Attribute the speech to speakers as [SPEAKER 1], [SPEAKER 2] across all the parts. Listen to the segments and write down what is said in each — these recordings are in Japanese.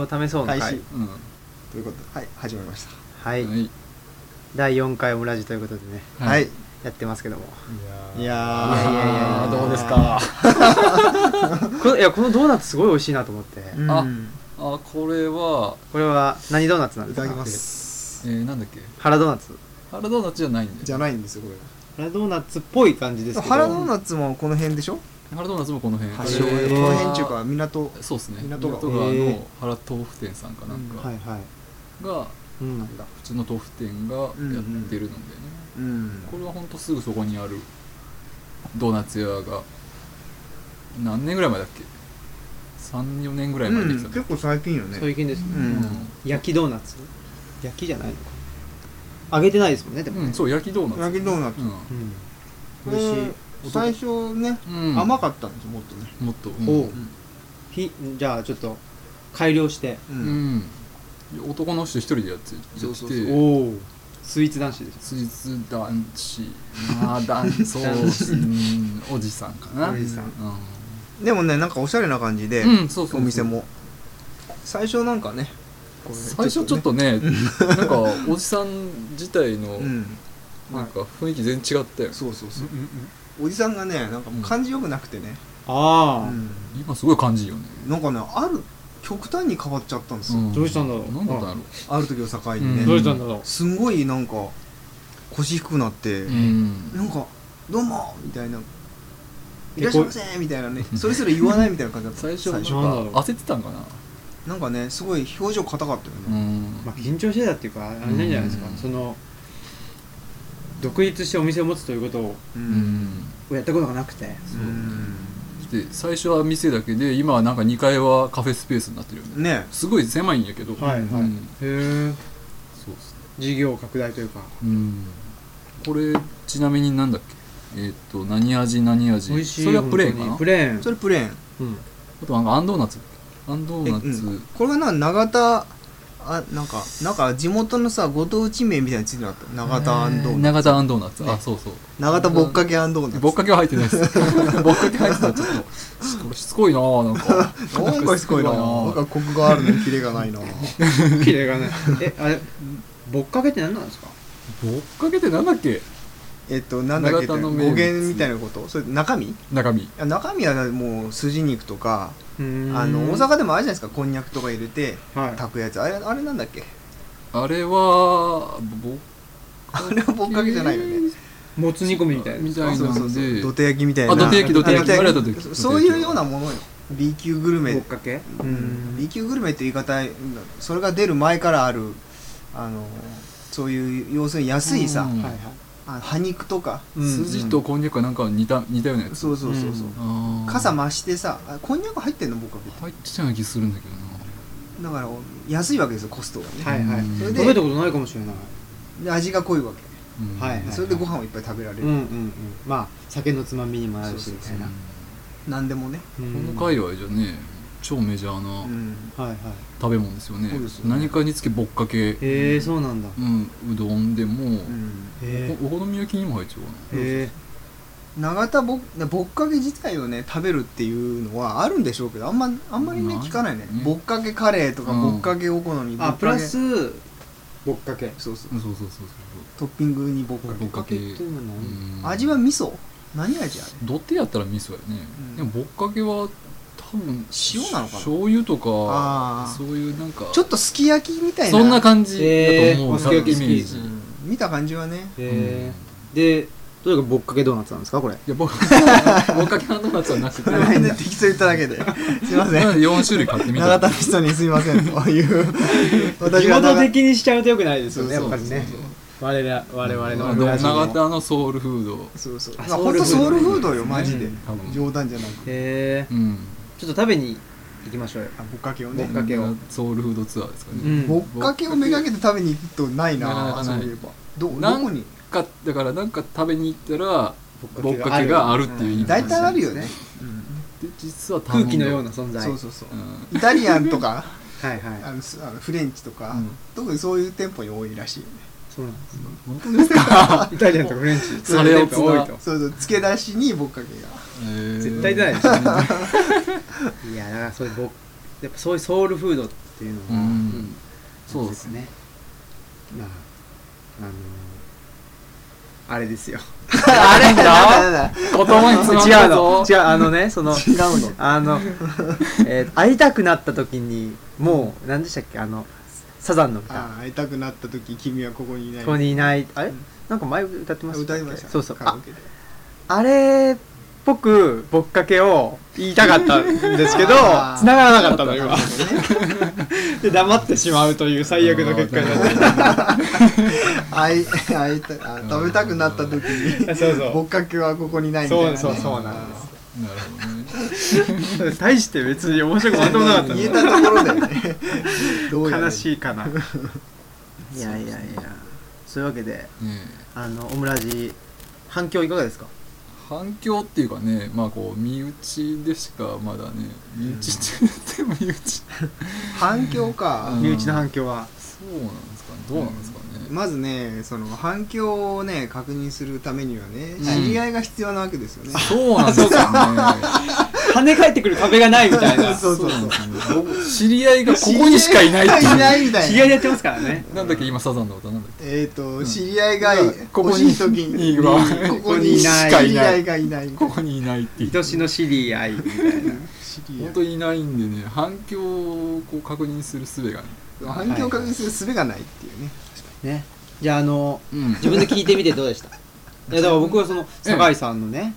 [SPEAKER 1] を試そうの回
[SPEAKER 2] 開始
[SPEAKER 3] うんは
[SPEAKER 2] ということではい始まりまし
[SPEAKER 1] はい、
[SPEAKER 3] い
[SPEAKER 1] 第4回オムラジということでね
[SPEAKER 2] たはい、
[SPEAKER 1] やってますけども
[SPEAKER 2] いや
[SPEAKER 1] いやいやいやいや
[SPEAKER 3] あーどうですか
[SPEAKER 1] このいやこのドーナツすごい美味しいなと思って、
[SPEAKER 2] うん
[SPEAKER 3] ああこれは、
[SPEAKER 1] これは何ドーナツなんで
[SPEAKER 2] い
[SPEAKER 1] す
[SPEAKER 2] た
[SPEAKER 1] か
[SPEAKER 2] だきま
[SPEAKER 3] え
[SPEAKER 2] す
[SPEAKER 3] ー、なんだっけ
[SPEAKER 1] ハラドーナツ
[SPEAKER 3] ハラドーナツじゃないん
[SPEAKER 2] じ
[SPEAKER 3] だ
[SPEAKER 2] ゃ
[SPEAKER 3] よ
[SPEAKER 2] ないんですよこ
[SPEAKER 1] ハラドーナツっぽい感じで
[SPEAKER 2] れ
[SPEAKER 1] すけど
[SPEAKER 2] ハラドーナツもこの辺でしょ
[SPEAKER 3] ハラドーナツもこの辺
[SPEAKER 2] 発
[SPEAKER 1] へ
[SPEAKER 2] 祥が
[SPEAKER 1] ー
[SPEAKER 2] この辺中か港
[SPEAKER 3] そうですね
[SPEAKER 2] 港
[SPEAKER 3] 港
[SPEAKER 2] 川
[SPEAKER 3] 川
[SPEAKER 1] へ
[SPEAKER 3] の
[SPEAKER 1] ー
[SPEAKER 3] 原豆腐店さんかなんか
[SPEAKER 1] はいはい
[SPEAKER 3] が
[SPEAKER 1] うん
[SPEAKER 3] 普通の豆腐店がやってるのでね、
[SPEAKER 2] うん
[SPEAKER 3] これはほんとすぐそこにあるドーナツ屋が何年ぐらい前だっけ34年ぐらい前にできたの、
[SPEAKER 2] 構最近よ
[SPEAKER 1] 最近ですね、
[SPEAKER 2] うん
[SPEAKER 1] 焼きドーナツ焼きじゃないのか揚げてないですもんねでも
[SPEAKER 3] うん
[SPEAKER 1] ね、
[SPEAKER 3] そう焼きドーナツ
[SPEAKER 2] 焼きドーナツ
[SPEAKER 3] う
[SPEAKER 1] うん、美味しい、
[SPEAKER 2] うん最初ね
[SPEAKER 3] ん、うん
[SPEAKER 2] 甘かったんですよもっとね
[SPEAKER 3] もっと、うん
[SPEAKER 1] おうひじゃあちょっと改良して
[SPEAKER 2] う
[SPEAKER 3] うんん男の人一人でやってやって
[SPEAKER 2] そうそうそう
[SPEAKER 1] おおスイーツ男子でし
[SPEAKER 3] スイーツ男子まあ男子そううんおじさんかな
[SPEAKER 1] おじさん
[SPEAKER 2] でもねなんかおしゃれな感じで
[SPEAKER 3] うん、うん、そうそうそ
[SPEAKER 2] お
[SPEAKER 3] う
[SPEAKER 2] 店も最初なんかねこれ
[SPEAKER 3] 最初ちょっとねなんかおじさん自体の
[SPEAKER 2] ねうん
[SPEAKER 3] なんか雰囲気全然違ったよね
[SPEAKER 2] そうそう
[SPEAKER 1] ょ
[SPEAKER 2] そうおじさんがねなんかもう感じよくなくてね
[SPEAKER 1] ああ、
[SPEAKER 2] うん
[SPEAKER 3] 今すごい感じいいよね
[SPEAKER 2] なんかねある極端に変わっちゃったんですよ
[SPEAKER 3] ん
[SPEAKER 1] どうしたんだろう
[SPEAKER 3] なんだったんだろ
[SPEAKER 2] ある時を境
[SPEAKER 3] う
[SPEAKER 2] に
[SPEAKER 3] ん
[SPEAKER 1] どう
[SPEAKER 2] ね
[SPEAKER 1] したんだろう
[SPEAKER 2] すんごいなんか腰低くなって
[SPEAKER 3] ううん
[SPEAKER 2] なんか「どうも!」みたいな「い
[SPEAKER 1] で
[SPEAKER 2] らっしゃいませ!」みたいなねそれぞれ言わないみたいな感じだった
[SPEAKER 3] 最初なんか
[SPEAKER 1] なんだろう
[SPEAKER 3] 焦ってたんかな
[SPEAKER 2] なんかねすごい表情硬かったよ
[SPEAKER 3] う
[SPEAKER 2] ね
[SPEAKER 3] ん
[SPEAKER 1] まあ、緊張してたっていうかあれなんじゃないですか、
[SPEAKER 3] うん
[SPEAKER 1] その独立してお店を持つということを
[SPEAKER 2] う
[SPEAKER 3] うんん
[SPEAKER 1] やったことがなくて
[SPEAKER 3] で最初は店だけで今はなんか2階はカフェスペースになってるよね
[SPEAKER 2] ね
[SPEAKER 3] すごい狭いんやけど
[SPEAKER 1] はいはい、
[SPEAKER 3] うん
[SPEAKER 1] へえ
[SPEAKER 3] そうっすね
[SPEAKER 1] 事業拡大というか
[SPEAKER 3] うんこれちなみになんだっけえっと何味何味
[SPEAKER 1] 美味しい
[SPEAKER 3] それはプレーンか
[SPEAKER 1] 本当
[SPEAKER 3] な
[SPEAKER 1] にプレーン
[SPEAKER 2] それプレーン
[SPEAKER 1] うん
[SPEAKER 3] あとなんかあんドーナツあんドー
[SPEAKER 2] え
[SPEAKER 3] ナツ、
[SPEAKER 2] うんこれがなんか永田あなんかなんか地元のさご当地名みたいについてなかった永田あんドーナツ
[SPEAKER 3] 長田あんドーナツ、
[SPEAKER 2] ね
[SPEAKER 3] あそうそう
[SPEAKER 2] 永田ぼっかけあんドーナツ
[SPEAKER 3] ぼっかけは入ってないですぼっかけ入ってたらちょっとしこれしつこいなあなんか
[SPEAKER 2] なんかすごいななんかコクがあるのにキレがないな
[SPEAKER 1] 綺麗がね えあれぼっかけって何なんですか
[SPEAKER 3] ぼっかけってなんだっけ
[SPEAKER 2] えっとなんだっけ
[SPEAKER 3] 永田の
[SPEAKER 2] 語
[SPEAKER 3] 名物
[SPEAKER 2] 源みたいなことそれ中身
[SPEAKER 3] 中身
[SPEAKER 2] あ中身はもう筋肉とか
[SPEAKER 1] あ
[SPEAKER 2] あの大阪でもあるじゃないですかこんにゃくとか入れて
[SPEAKER 1] はい
[SPEAKER 2] 炊くやつあれあれなんだっけ
[SPEAKER 3] あれはぼっ
[SPEAKER 2] あれはぼっかけじゃないよね
[SPEAKER 1] もつ煮込みみたいな
[SPEAKER 3] みたい
[SPEAKER 2] あ
[SPEAKER 3] な
[SPEAKER 2] そうそう
[SPEAKER 3] の
[SPEAKER 2] そう
[SPEAKER 3] で
[SPEAKER 2] どて焼きみたいな
[SPEAKER 3] あどて焼きどて焼き
[SPEAKER 2] あ
[SPEAKER 3] あれだどて焼き
[SPEAKER 2] そういうようなものよ B 級グル
[SPEAKER 1] ぼっ
[SPEAKER 2] メ
[SPEAKER 1] かけ
[SPEAKER 2] う
[SPEAKER 1] うんん
[SPEAKER 2] B 級グルメって言い方それが出る前からあるあのそういう要するに安いさ、
[SPEAKER 3] うん
[SPEAKER 1] はいはい
[SPEAKER 2] あの葉肉とか、
[SPEAKER 1] うん
[SPEAKER 3] 筋とこんにゃくはなんか似た似たようなやつ
[SPEAKER 2] そうそうそうそう、
[SPEAKER 1] うん
[SPEAKER 3] あー
[SPEAKER 2] 傘増してさあこんにゃく入ってんの僕は
[SPEAKER 3] 入ってたような気するんだけどな
[SPEAKER 2] だから安いわけですよコストがね、
[SPEAKER 1] はいはい
[SPEAKER 3] うん
[SPEAKER 2] それで
[SPEAKER 1] 食べたことないかもしれない
[SPEAKER 2] で味が濃いわけ
[SPEAKER 3] うん
[SPEAKER 1] はいはい
[SPEAKER 2] それでご飯をいっぱい食べられる、
[SPEAKER 1] うんうんうんまあ酒のつまみにもなるしみたいな
[SPEAKER 2] 何でもね、
[SPEAKER 3] この
[SPEAKER 1] は
[SPEAKER 3] 界隈じゃね超メジャー
[SPEAKER 2] う、
[SPEAKER 3] なん
[SPEAKER 1] いはい
[SPEAKER 3] 食べ物ですよね,、
[SPEAKER 2] そうですよね
[SPEAKER 3] 何かにつけぼっかけ、
[SPEAKER 1] へえそうなんだ
[SPEAKER 3] うん、うどんでも、
[SPEAKER 2] うん
[SPEAKER 1] へ
[SPEAKER 3] おお好み焼きにも入っちゃうか
[SPEAKER 1] えへえ
[SPEAKER 2] 永田ぼぼっかけ自体をね食べるっていうのはあるんでしょうけどあんまあんまりね
[SPEAKER 3] ない
[SPEAKER 2] 聞かないね
[SPEAKER 3] ね
[SPEAKER 2] ぼっかけカレーとか
[SPEAKER 3] うん
[SPEAKER 2] ぼっかけお好み、ぼっ
[SPEAKER 1] あ
[SPEAKER 2] かけ
[SPEAKER 1] プラスぼっかけ
[SPEAKER 2] そうそう
[SPEAKER 3] な、そうそうそうそう
[SPEAKER 2] トッピングにぼっか
[SPEAKER 3] ぼ
[SPEAKER 2] け
[SPEAKER 3] っかけ
[SPEAKER 1] っていうのは
[SPEAKER 3] そう、
[SPEAKER 1] 何
[SPEAKER 3] うん
[SPEAKER 2] 味は味噌何味あれ
[SPEAKER 3] どってやったら味噌やね、
[SPEAKER 2] うん
[SPEAKER 3] でもぼっかけは多分
[SPEAKER 2] 塩なのかな
[SPEAKER 3] 醤油と
[SPEAKER 2] あ
[SPEAKER 3] か
[SPEAKER 2] ー
[SPEAKER 3] そういうなんか
[SPEAKER 2] ちょっとすき焼きみたいな
[SPEAKER 3] そんな感じだと思う、
[SPEAKER 1] えー
[SPEAKER 3] 多分イメー
[SPEAKER 1] 好
[SPEAKER 3] ジ、
[SPEAKER 1] き好き好き
[SPEAKER 3] い
[SPEAKER 2] うん見た感じはね
[SPEAKER 1] へえでとにかくぼっかけドーナツなんですかこれ
[SPEAKER 3] やぼっかけぼっかけのドーナツはなくて
[SPEAKER 2] これで 適当言っただけですいません
[SPEAKER 3] 4種類買ってみた
[SPEAKER 2] 永田の人にすいませんという
[SPEAKER 1] 地
[SPEAKER 2] 私は
[SPEAKER 1] 元
[SPEAKER 2] 永
[SPEAKER 1] 的にしちゃうとよくないですよねや
[SPEAKER 2] そう
[SPEAKER 1] っ
[SPEAKER 2] そう
[SPEAKER 1] ぱ
[SPEAKER 2] そう
[SPEAKER 1] りね我々我々
[SPEAKER 3] ま
[SPEAKER 1] の
[SPEAKER 3] あど
[SPEAKER 1] ブラジル
[SPEAKER 3] 長
[SPEAKER 1] の
[SPEAKER 3] 田のソウルフード
[SPEAKER 2] そうそう
[SPEAKER 1] あ
[SPEAKER 2] まあ本当ソ
[SPEAKER 1] ソ
[SPEAKER 2] ウ
[SPEAKER 1] ウ
[SPEAKER 2] ル
[SPEAKER 1] ル
[SPEAKER 2] フ
[SPEAKER 1] フ
[SPEAKER 2] ー
[SPEAKER 1] ー
[SPEAKER 2] ド
[SPEAKER 1] ド
[SPEAKER 2] よ
[SPEAKER 1] ですね
[SPEAKER 2] マジで
[SPEAKER 1] うん
[SPEAKER 3] 多分
[SPEAKER 2] 冗談じゃなく
[SPEAKER 1] へえ
[SPEAKER 3] うん
[SPEAKER 1] ちょっと食べに行きましょうよ
[SPEAKER 2] あぼっかけを
[SPEAKER 1] ぼ
[SPEAKER 2] ね
[SPEAKER 1] っかけを
[SPEAKER 3] ソウルフードツアーですかね、
[SPEAKER 1] うん
[SPEAKER 2] ぼっかけをめがけて食べに行くとないな
[SPEAKER 3] なかなかない
[SPEAKER 2] そういえばどど
[SPEAKER 3] なん
[SPEAKER 2] こに
[SPEAKER 3] かだからなんか食べに行ったらぼ
[SPEAKER 1] ぼ
[SPEAKER 3] っ
[SPEAKER 1] っ
[SPEAKER 3] か
[SPEAKER 1] か
[SPEAKER 3] け
[SPEAKER 1] け
[SPEAKER 3] が
[SPEAKER 1] が
[SPEAKER 3] あ
[SPEAKER 1] あ
[SPEAKER 3] るっていう意味
[SPEAKER 2] 大体あるよね
[SPEAKER 1] ね
[SPEAKER 3] で実は
[SPEAKER 1] 空気のよう
[SPEAKER 3] な、
[SPEAKER 1] な存在
[SPEAKER 2] そうそうそう
[SPEAKER 3] うん
[SPEAKER 2] イタリアンとか
[SPEAKER 1] はいは
[SPEAKER 2] あ
[SPEAKER 1] い
[SPEAKER 2] のすあのフレンチとか
[SPEAKER 3] うん
[SPEAKER 2] 特にそういう店舗に多いらしいよね
[SPEAKER 1] そうなんです
[SPEAKER 3] 本当ですか
[SPEAKER 1] イタリアンとかフレンチ
[SPEAKER 3] それをつな
[SPEAKER 1] 多いと
[SPEAKER 2] そうそう漬け出しにぼっかけが
[SPEAKER 1] 絶対出ない
[SPEAKER 3] い
[SPEAKER 1] ですよねいやだからそういうぼやっぱそういうソウルフードというのは、
[SPEAKER 3] うんそうですね
[SPEAKER 1] ねまああのあれですよ
[SPEAKER 3] あれ
[SPEAKER 1] なん
[SPEAKER 3] だ
[SPEAKER 1] だ
[SPEAKER 3] 言葉につまん
[SPEAKER 1] 違
[SPEAKER 3] だ
[SPEAKER 1] うの
[SPEAKER 3] ぞ
[SPEAKER 1] 違うあのねその
[SPEAKER 2] 違うの
[SPEAKER 1] あの、えー会いたくなった時にもう何でしたっけあのサザンの歌
[SPEAKER 2] あ会いたくなった時君はここにいない
[SPEAKER 1] ここにいないあれ
[SPEAKER 2] うん
[SPEAKER 1] なんか前歌ってましたっ
[SPEAKER 2] 歌
[SPEAKER 1] け
[SPEAKER 2] いました
[SPEAKER 1] そうそう
[SPEAKER 2] カラ
[SPEAKER 1] あ
[SPEAKER 2] オケで
[SPEAKER 1] あれっぽくぼっかけを言いたかったんですけど
[SPEAKER 2] あー
[SPEAKER 1] 繋がらなかったの
[SPEAKER 2] なる
[SPEAKER 1] 今
[SPEAKER 2] ほどね
[SPEAKER 1] で黙ってしまうという最悪の結果になっ
[SPEAKER 2] 会い会いたあ食べたくなった時に
[SPEAKER 1] たそう
[SPEAKER 2] ぼ
[SPEAKER 1] そ
[SPEAKER 2] っかけはここにないみたいな、ね、
[SPEAKER 1] そうそうそうなんです
[SPEAKER 3] なるほどね
[SPEAKER 1] う 大して別に面白くまともなかった
[SPEAKER 2] 言えたところだよねどうやら
[SPEAKER 1] 悲しいかないやいやいやそういうわけで
[SPEAKER 3] ねえ
[SPEAKER 1] あのオムラジ反響いかがですか
[SPEAKER 3] 反響っていうかねまあこう身内でしかまだね身内って言っても身内
[SPEAKER 2] 反響か、
[SPEAKER 3] うん
[SPEAKER 1] 身内の反響は
[SPEAKER 3] そうなんですかねどうなんですかね、
[SPEAKER 2] まずねその反響をね確認するためにはね、
[SPEAKER 3] ん
[SPEAKER 2] 知り合いが必要なわけですよね、
[SPEAKER 3] そうなんですかね
[SPEAKER 1] 跳ね返ってくる壁がないみたい な
[SPEAKER 2] そうそう
[SPEAKER 3] な
[SPEAKER 2] そ
[SPEAKER 3] ん
[SPEAKER 2] う
[SPEAKER 3] ですかね僕知り合いがここにしかいないって
[SPEAKER 2] 知り合いがいないいみたい
[SPEAKER 1] 知
[SPEAKER 2] な
[SPEAKER 1] り合いでやってますからね
[SPEAKER 3] うなんだっけ今サザンの歌なんだっ
[SPEAKER 2] えっ、ー、と、
[SPEAKER 3] ん
[SPEAKER 2] 知り合いが
[SPEAKER 3] ここ
[SPEAKER 2] 欲
[SPEAKER 3] に
[SPEAKER 2] しい時に
[SPEAKER 3] いるわ
[SPEAKER 2] ここにいない
[SPEAKER 1] ここ
[SPEAKER 2] 知
[SPEAKER 1] にいない
[SPEAKER 2] り合いがいない
[SPEAKER 3] けここにいないっていう
[SPEAKER 1] 愛しの知り合いみたいな
[SPEAKER 2] 知り合
[SPEAKER 3] 本当にいないんでね反響をこう確認する術がね
[SPEAKER 2] い反響を確認する術がないっていうね、
[SPEAKER 1] ねじゃああの
[SPEAKER 3] うん
[SPEAKER 1] 自分で聞いてみてどうで したいやだから僕はその酒井さんのね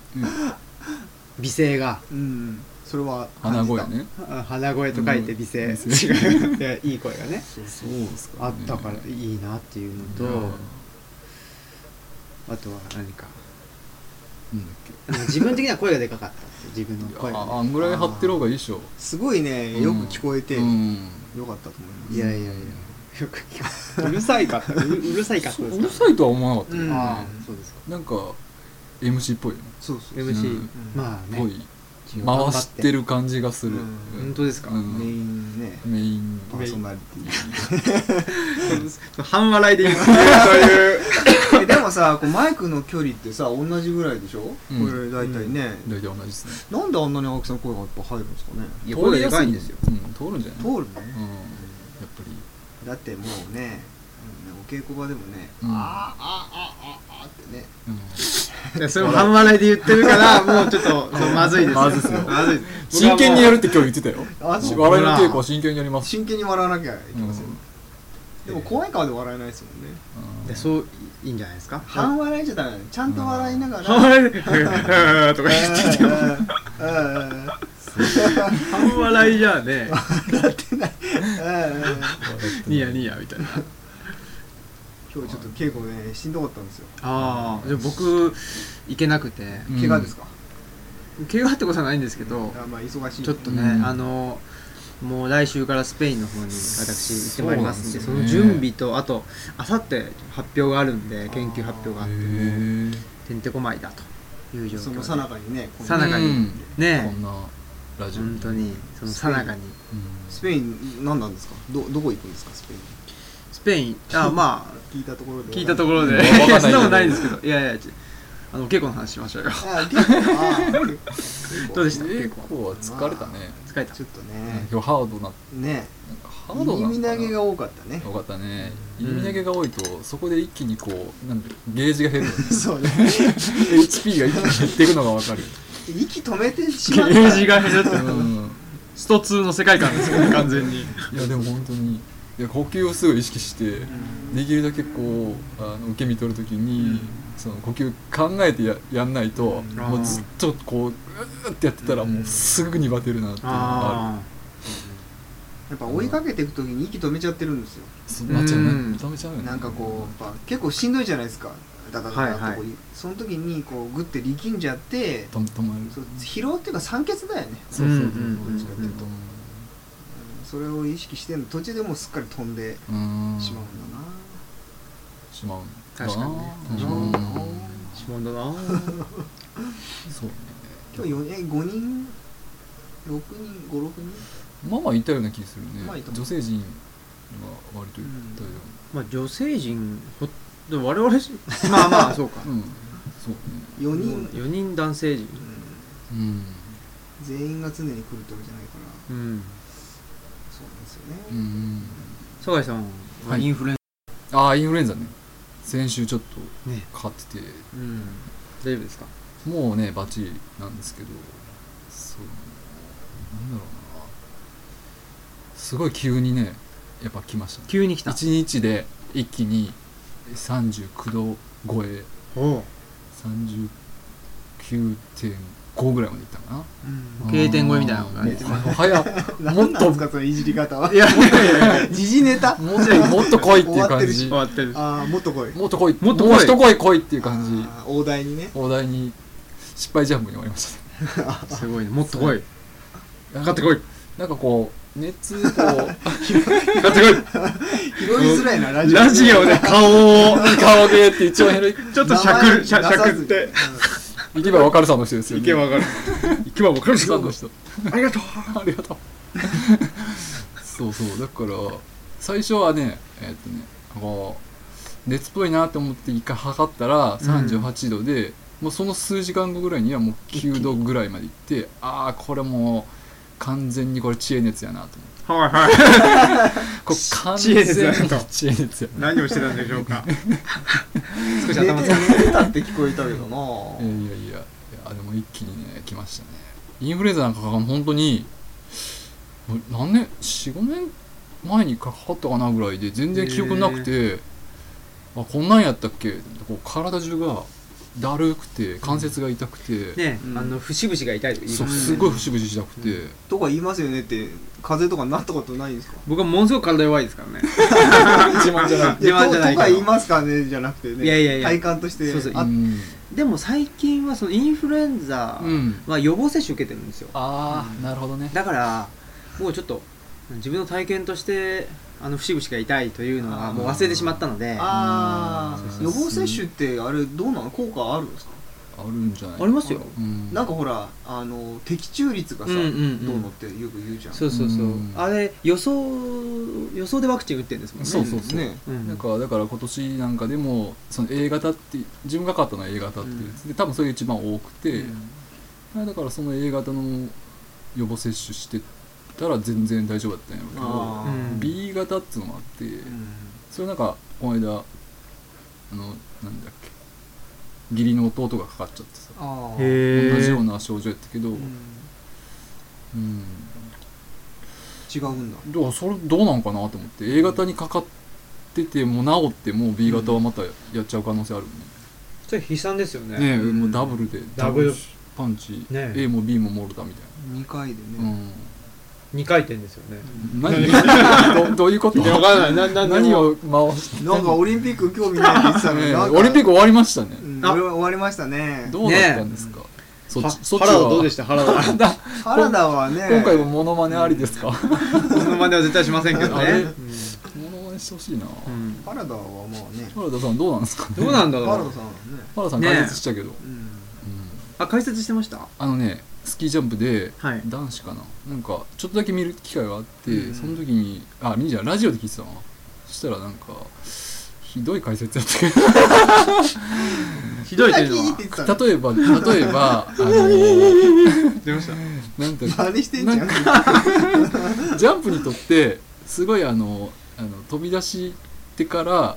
[SPEAKER 1] 美声が
[SPEAKER 2] うんそれは感
[SPEAKER 3] 鼻
[SPEAKER 2] じた
[SPEAKER 3] 声ね
[SPEAKER 1] あ鼻声と書いて美声、
[SPEAKER 3] うん
[SPEAKER 1] 違ういやいい声がね
[SPEAKER 3] そうですか
[SPEAKER 1] あ
[SPEAKER 3] ね
[SPEAKER 1] ったからいいなっていうのと、
[SPEAKER 3] うん
[SPEAKER 1] あとは何か
[SPEAKER 3] なんだっけ
[SPEAKER 1] 自分的には声がでかかったです自分の声が、
[SPEAKER 3] ああんぐらい張ってる方がいいでしょ
[SPEAKER 2] すごいねよく聞こえて、
[SPEAKER 3] うん
[SPEAKER 2] よかったと思います
[SPEAKER 1] いやいやいやよく聞くうるさいかったうるうるさいかった
[SPEAKER 3] そう
[SPEAKER 1] です
[SPEAKER 3] う
[SPEAKER 1] か
[SPEAKER 3] るさいとは思わなかったよ
[SPEAKER 2] うん
[SPEAKER 1] ああそうですか
[SPEAKER 3] なんか MC っぽいよね
[SPEAKER 2] そうそうそう
[SPEAKER 1] MC、
[SPEAKER 3] うん
[SPEAKER 1] まあ
[SPEAKER 3] っぽ
[SPEAKER 1] ね
[SPEAKER 3] い回して
[SPEAKER 1] る
[SPEAKER 3] る感じがする
[SPEAKER 2] うん
[SPEAKER 3] うん
[SPEAKER 1] 本当ですか、
[SPEAKER 3] うん
[SPEAKER 2] メインね
[SPEAKER 3] メイン
[SPEAKER 2] パーソナリティ
[SPEAKER 1] 半笑い で言いますねそういう
[SPEAKER 2] えでもさこうマイクの距離ってさ同じぐらいでしょ、
[SPEAKER 3] うん
[SPEAKER 2] これ大体ね、
[SPEAKER 3] 大体同じですね
[SPEAKER 2] なんであんなに青木さんの声がやっぱ入るんですかね
[SPEAKER 1] いや
[SPEAKER 3] 通り
[SPEAKER 1] 声
[SPEAKER 3] や
[SPEAKER 1] ですかいんですよ
[SPEAKER 3] うん通るんじゃ
[SPEAKER 2] 通
[SPEAKER 3] ない
[SPEAKER 2] る
[SPEAKER 3] うん
[SPEAKER 2] ね、
[SPEAKER 3] やっぱり
[SPEAKER 2] だってもうねうんお稽古場でもね、
[SPEAKER 3] うん
[SPEAKER 2] ああああああってね
[SPEAKER 3] うん
[SPEAKER 1] いやそれも半笑いで言ってるからもうちょっ とそうまずいですよ
[SPEAKER 3] まずいですよ
[SPEAKER 1] まずいです
[SPEAKER 3] 真剣にや
[SPEAKER 1] る
[SPEAKER 3] るって今日言ってたよ
[SPEAKER 2] あ
[SPEAKER 3] 笑
[SPEAKER 2] そ
[SPEAKER 3] いうの稽古は真剣にやります
[SPEAKER 2] 真剣に笑わなきゃいけません、
[SPEAKER 3] うん
[SPEAKER 2] でも怖い顔で笑えないですもんね、
[SPEAKER 3] うん
[SPEAKER 1] そういいんじゃないですか
[SPEAKER 2] 半笑いじゃダメなのちゃんと笑いながら、
[SPEAKER 1] 半
[SPEAKER 2] うん、
[SPEAKER 1] 笑いで「 とか言って半笑いじゃあねニヤニヤみたいな
[SPEAKER 2] 今日ちょっと稽古ねしんどかったんですよ
[SPEAKER 1] ああでも僕行けなくて
[SPEAKER 3] うん
[SPEAKER 2] 怪我ですか、
[SPEAKER 1] 怪我ってことはないんですけど
[SPEAKER 2] あまあ忙しい
[SPEAKER 1] ちょっとね、
[SPEAKER 3] うん
[SPEAKER 1] あのもう来週からスペインの方に私行ってまいりますんでそ
[SPEAKER 3] そうな
[SPEAKER 1] の
[SPEAKER 3] んですよね
[SPEAKER 1] 準備とあとあさって発表があるんで研究発表があ
[SPEAKER 3] へ
[SPEAKER 1] っても
[SPEAKER 3] え
[SPEAKER 1] うてんてこまいだという状況で
[SPEAKER 2] そのさなかにねこの
[SPEAKER 1] さなかに
[SPEAKER 3] うんこ
[SPEAKER 1] ね
[SPEAKER 3] んなラ
[SPEAKER 1] え
[SPEAKER 3] ジオ
[SPEAKER 1] 本当にそのさなかに
[SPEAKER 3] うん
[SPEAKER 2] スペイン何なんですかどどこ行くんですかスペイン
[SPEAKER 1] スペインあまあ
[SPEAKER 2] 聞いたところで
[SPEAKER 1] 聞いたところで、
[SPEAKER 3] うん
[SPEAKER 1] いや
[SPEAKER 3] わかんないけど
[SPEAKER 1] そんなことないんですけどいやいやちあの稽古の話しましょうよ
[SPEAKER 2] ああ結構ああ結構
[SPEAKER 1] どうでした
[SPEAKER 3] 稽
[SPEAKER 1] 結
[SPEAKER 3] 古は疲れたね
[SPEAKER 1] 疲れた
[SPEAKER 2] ちょっと
[SPEAKER 3] うん
[SPEAKER 2] ね
[SPEAKER 3] 今日ハードな
[SPEAKER 2] ね
[SPEAKER 3] なんかハード
[SPEAKER 2] 右
[SPEAKER 3] なの
[SPEAKER 2] 身
[SPEAKER 3] か
[SPEAKER 2] 投げ
[SPEAKER 3] な
[SPEAKER 2] が多かったね
[SPEAKER 3] よかったね
[SPEAKER 1] うん
[SPEAKER 3] 入り投げが多いとそこで一気にこうなんだろうゲージが減るの
[SPEAKER 2] そ うね
[SPEAKER 3] HP が一気に減っていくのが分かる
[SPEAKER 2] 息止めてし
[SPEAKER 1] ゲ
[SPEAKER 2] まった
[SPEAKER 1] ージが減るって
[SPEAKER 3] うん
[SPEAKER 1] スト2の世界観ですよね完全に
[SPEAKER 3] いやでも本当にいや呼吸をすごい意識してできるだけこうあの受け身取るときに、その呼吸考えてややんないと、
[SPEAKER 2] うん
[SPEAKER 3] もうずっとこううーってやってたらもうすぐにバテるなっていうのがある、
[SPEAKER 1] あ
[SPEAKER 2] やっぱ追いかけていく時に息止めちゃってるんですよ
[SPEAKER 3] そん、なっちゃうね
[SPEAKER 1] うん
[SPEAKER 3] 認めちゃうよね
[SPEAKER 2] なんかこうやっぱ結構しんどいじゃないですかだから
[SPEAKER 1] はいはい
[SPEAKER 2] その時にこうグッて力んじゃって
[SPEAKER 3] と止まる
[SPEAKER 2] そう疲労っていうか酸欠だよね
[SPEAKER 3] そうそうそう
[SPEAKER 1] うんうんうんうん
[SPEAKER 3] どっちかっていうと
[SPEAKER 2] それを意識してんの途中でもうすっかり飛んで
[SPEAKER 3] うん
[SPEAKER 2] しまうんだな
[SPEAKER 3] しまう
[SPEAKER 1] 確かにね
[SPEAKER 3] う
[SPEAKER 2] うん
[SPEAKER 3] ん
[SPEAKER 1] あ指紋だな
[SPEAKER 3] そうね
[SPEAKER 2] 今日4え5人6人56人
[SPEAKER 3] まあまあいたような気がするね、
[SPEAKER 2] まあいた
[SPEAKER 3] 女性陣は割といたよ
[SPEAKER 1] まあ女性陣ほでも我々しまあまあそうか
[SPEAKER 3] うなうん、そうね
[SPEAKER 2] 4人、
[SPEAKER 1] 4人男性陣
[SPEAKER 2] うん
[SPEAKER 3] うん
[SPEAKER 2] 全員が常に来るってわけじゃないから
[SPEAKER 1] うん
[SPEAKER 2] そうなんですよね、
[SPEAKER 3] うん
[SPEAKER 1] 酒井さんはインフルエン
[SPEAKER 3] ああインフルエンザね先週ちょっ
[SPEAKER 1] ザね
[SPEAKER 3] と買ってて
[SPEAKER 1] うん大丈夫ですか
[SPEAKER 3] もうねバッチリなんですけどそうなんだろうなすごい急にねやっぱ来ましたね
[SPEAKER 1] 急に来た
[SPEAKER 3] 1日で一気に39度超え
[SPEAKER 1] おう
[SPEAKER 3] 39.5ぐらいまでいったかな
[SPEAKER 2] うん
[SPEAKER 1] ん経典超えみたいなことだ
[SPEAKER 3] も
[SPEAKER 1] ね
[SPEAKER 3] う早っもっ
[SPEAKER 2] なんです
[SPEAKER 3] と
[SPEAKER 2] かそのいじり方はい
[SPEAKER 1] やいやいや
[SPEAKER 2] 時事ネタ
[SPEAKER 3] もっともっと来いっていう感じ
[SPEAKER 1] 終わってる
[SPEAKER 2] ああもっと来い
[SPEAKER 3] もっと来い
[SPEAKER 1] もっと来い
[SPEAKER 3] もう一来い来いっていう感じ
[SPEAKER 2] あー大台にね
[SPEAKER 3] 大台に失敗ジャンプに終わりましたね
[SPEAKER 1] すごいねもっと来い
[SPEAKER 3] 上
[SPEAKER 1] 上がってこ
[SPEAKER 3] い
[SPEAKER 1] い
[SPEAKER 3] なんかこう熱こう
[SPEAKER 1] 上がってこ
[SPEAKER 2] 拾いづらいなラ
[SPEAKER 1] い
[SPEAKER 2] ジオ
[SPEAKER 1] ラジオで顔を
[SPEAKER 3] 顔芸って一応減る
[SPEAKER 1] ちょっとしゃくるしゃしゃくって
[SPEAKER 3] いけばわかるさんの人ですよ
[SPEAKER 1] い
[SPEAKER 3] ね
[SPEAKER 1] けばわかるいけばわかる
[SPEAKER 3] さ
[SPEAKER 1] さ
[SPEAKER 3] ん
[SPEAKER 1] ん
[SPEAKER 3] の
[SPEAKER 1] の
[SPEAKER 3] 人
[SPEAKER 1] ありがとう
[SPEAKER 3] ありがとうそうそうだから最初はねえっとねこう熱っぽいなって思って一回測ったら38度で、もうその数時間後ぐらいにはもう9度ぐらいまでいってああこれもう完全にこれ知恵熱やなと思っ て
[SPEAKER 1] はいはい
[SPEAKER 3] これ完
[SPEAKER 1] 知恵熱やな
[SPEAKER 3] 全
[SPEAKER 1] と
[SPEAKER 3] に知恵熱やな
[SPEAKER 1] 何をしてたんでしょうか少
[SPEAKER 2] 寝
[SPEAKER 1] して頭使っ
[SPEAKER 2] 寝てたって聞こえたけどな
[SPEAKER 3] えーいやいやいやあでも一気にね来ましたねインフルエンザなんかが本当にもう何年45年前にかかったかなぐらいで全然記憶なくて、あこんなんやったっけってこう体中がだるくて関節が痛くて、
[SPEAKER 1] ね
[SPEAKER 2] うん
[SPEAKER 1] あの節々が痛いとか言い
[SPEAKER 3] そう
[SPEAKER 1] ます
[SPEAKER 3] す
[SPEAKER 1] ね
[SPEAKER 3] ごい節々したくて、
[SPEAKER 2] とか言いますよねって風邪とかなったことないんですか
[SPEAKER 1] 僕はものすごく体弱いですから ね
[SPEAKER 3] 自慢じゃない
[SPEAKER 1] 自慢じゃない
[SPEAKER 2] ととか
[SPEAKER 1] けど
[SPEAKER 2] 言いますかねじゃなくてね
[SPEAKER 1] いやいやいや
[SPEAKER 2] 体感として
[SPEAKER 1] そうそう
[SPEAKER 2] あ
[SPEAKER 3] うん、
[SPEAKER 1] でも最近はそのインフルエンザ
[SPEAKER 3] うん
[SPEAKER 1] は予防接種受けてるんですよ
[SPEAKER 3] ああ、なるほどね
[SPEAKER 1] だからもうちょっと自分の体験としてあの節々が痛いというのはもう忘れてしまったのであ
[SPEAKER 2] あー
[SPEAKER 3] うん
[SPEAKER 2] 予防接種ってあれどうなの効果あるんですか
[SPEAKER 3] あるんじゃない
[SPEAKER 1] りますよ
[SPEAKER 3] うん
[SPEAKER 2] なんかほらあの的中率がさ、
[SPEAKER 1] うんうんうん
[SPEAKER 2] どうのってよく言うじゃん
[SPEAKER 1] そうそうそう
[SPEAKER 3] うん
[SPEAKER 1] あれ予想予想でワクチン打ってるんですもんね
[SPEAKER 3] そうそうそう、
[SPEAKER 2] ね
[SPEAKER 1] うん
[SPEAKER 3] なんかだから今年なんかでもその A 型って自分が買ったのは A 型っていうやつで多分それが一番多くて、だからその A 型の予防接種してたら全然大丈夫だったんやろう
[SPEAKER 2] あー
[SPEAKER 1] うん
[SPEAKER 3] けど B 型っていうのもあって
[SPEAKER 2] うん
[SPEAKER 3] それなんかこの間あのなんだっけ義理の弟がかかっちゃってさ
[SPEAKER 2] あー
[SPEAKER 1] へ
[SPEAKER 3] 同じよう
[SPEAKER 1] え
[SPEAKER 3] な症状やったけど、う
[SPEAKER 2] うん
[SPEAKER 3] ん
[SPEAKER 2] 違うんだ
[SPEAKER 3] だからそれどうなんかなと思って A 型にかかってても治っても B 型はまたやっちゃう可能性あるもんね
[SPEAKER 1] それ悲惨ですよね
[SPEAKER 3] ねえ、
[SPEAKER 2] うん
[SPEAKER 3] もうダブルで
[SPEAKER 1] ダブル
[SPEAKER 3] パンチ、
[SPEAKER 1] ねえ
[SPEAKER 3] A も B もモルタみたい
[SPEAKER 2] 2回でね、
[SPEAKER 3] な、
[SPEAKER 1] 2回転ですよね
[SPEAKER 3] うん、何 どどういうこと
[SPEAKER 1] いやわかんないなな
[SPEAKER 3] 何を回して
[SPEAKER 2] なんかオリンピック興味ないって言ってた の
[SPEAKER 3] ね
[SPEAKER 2] に
[SPEAKER 3] え
[SPEAKER 2] なんか
[SPEAKER 3] オリンピック終わりましたね、
[SPEAKER 2] うん
[SPEAKER 1] あ
[SPEAKER 2] 俺は終わりましたね
[SPEAKER 3] どうだったんですか、そっ
[SPEAKER 1] は
[SPEAKER 3] ちそっち
[SPEAKER 1] 原田どうで
[SPEAKER 3] は
[SPEAKER 1] した原田
[SPEAKER 2] 原田はね
[SPEAKER 3] 今回もモノマネありですか、
[SPEAKER 1] その真似は絶対しませんけど
[SPEAKER 3] あれ
[SPEAKER 1] ね
[SPEAKER 3] モノマネしてほしいな、
[SPEAKER 1] うん
[SPEAKER 2] 原田はまあね
[SPEAKER 3] 原田さんどうなんですかね
[SPEAKER 1] どうなんだ
[SPEAKER 2] 原
[SPEAKER 1] ろ
[SPEAKER 2] 田
[SPEAKER 1] う
[SPEAKER 2] さんはね
[SPEAKER 3] 原田さん
[SPEAKER 1] ねえ
[SPEAKER 3] 解説したけど、
[SPEAKER 2] うん
[SPEAKER 3] うん
[SPEAKER 1] あ解説してました
[SPEAKER 3] あのねスキージャンプで
[SPEAKER 1] はい
[SPEAKER 3] 男子かな、なんかちょっとだけ見る機会があって、
[SPEAKER 2] うん
[SPEAKER 3] その時にあ見るじゃんラジオで聞いてたのそしたらなんかひどい解説やったけど
[SPEAKER 1] ひどいと
[SPEAKER 2] 最
[SPEAKER 1] いうの
[SPEAKER 2] 近いいっ
[SPEAKER 1] は
[SPEAKER 2] て言ってたの
[SPEAKER 3] 例えば例えばあのー、
[SPEAKER 1] 出ました
[SPEAKER 3] なんか
[SPEAKER 2] 真似してんじゃ
[SPEAKER 3] なんんジャンプにとってすごいあのあの飛び出してから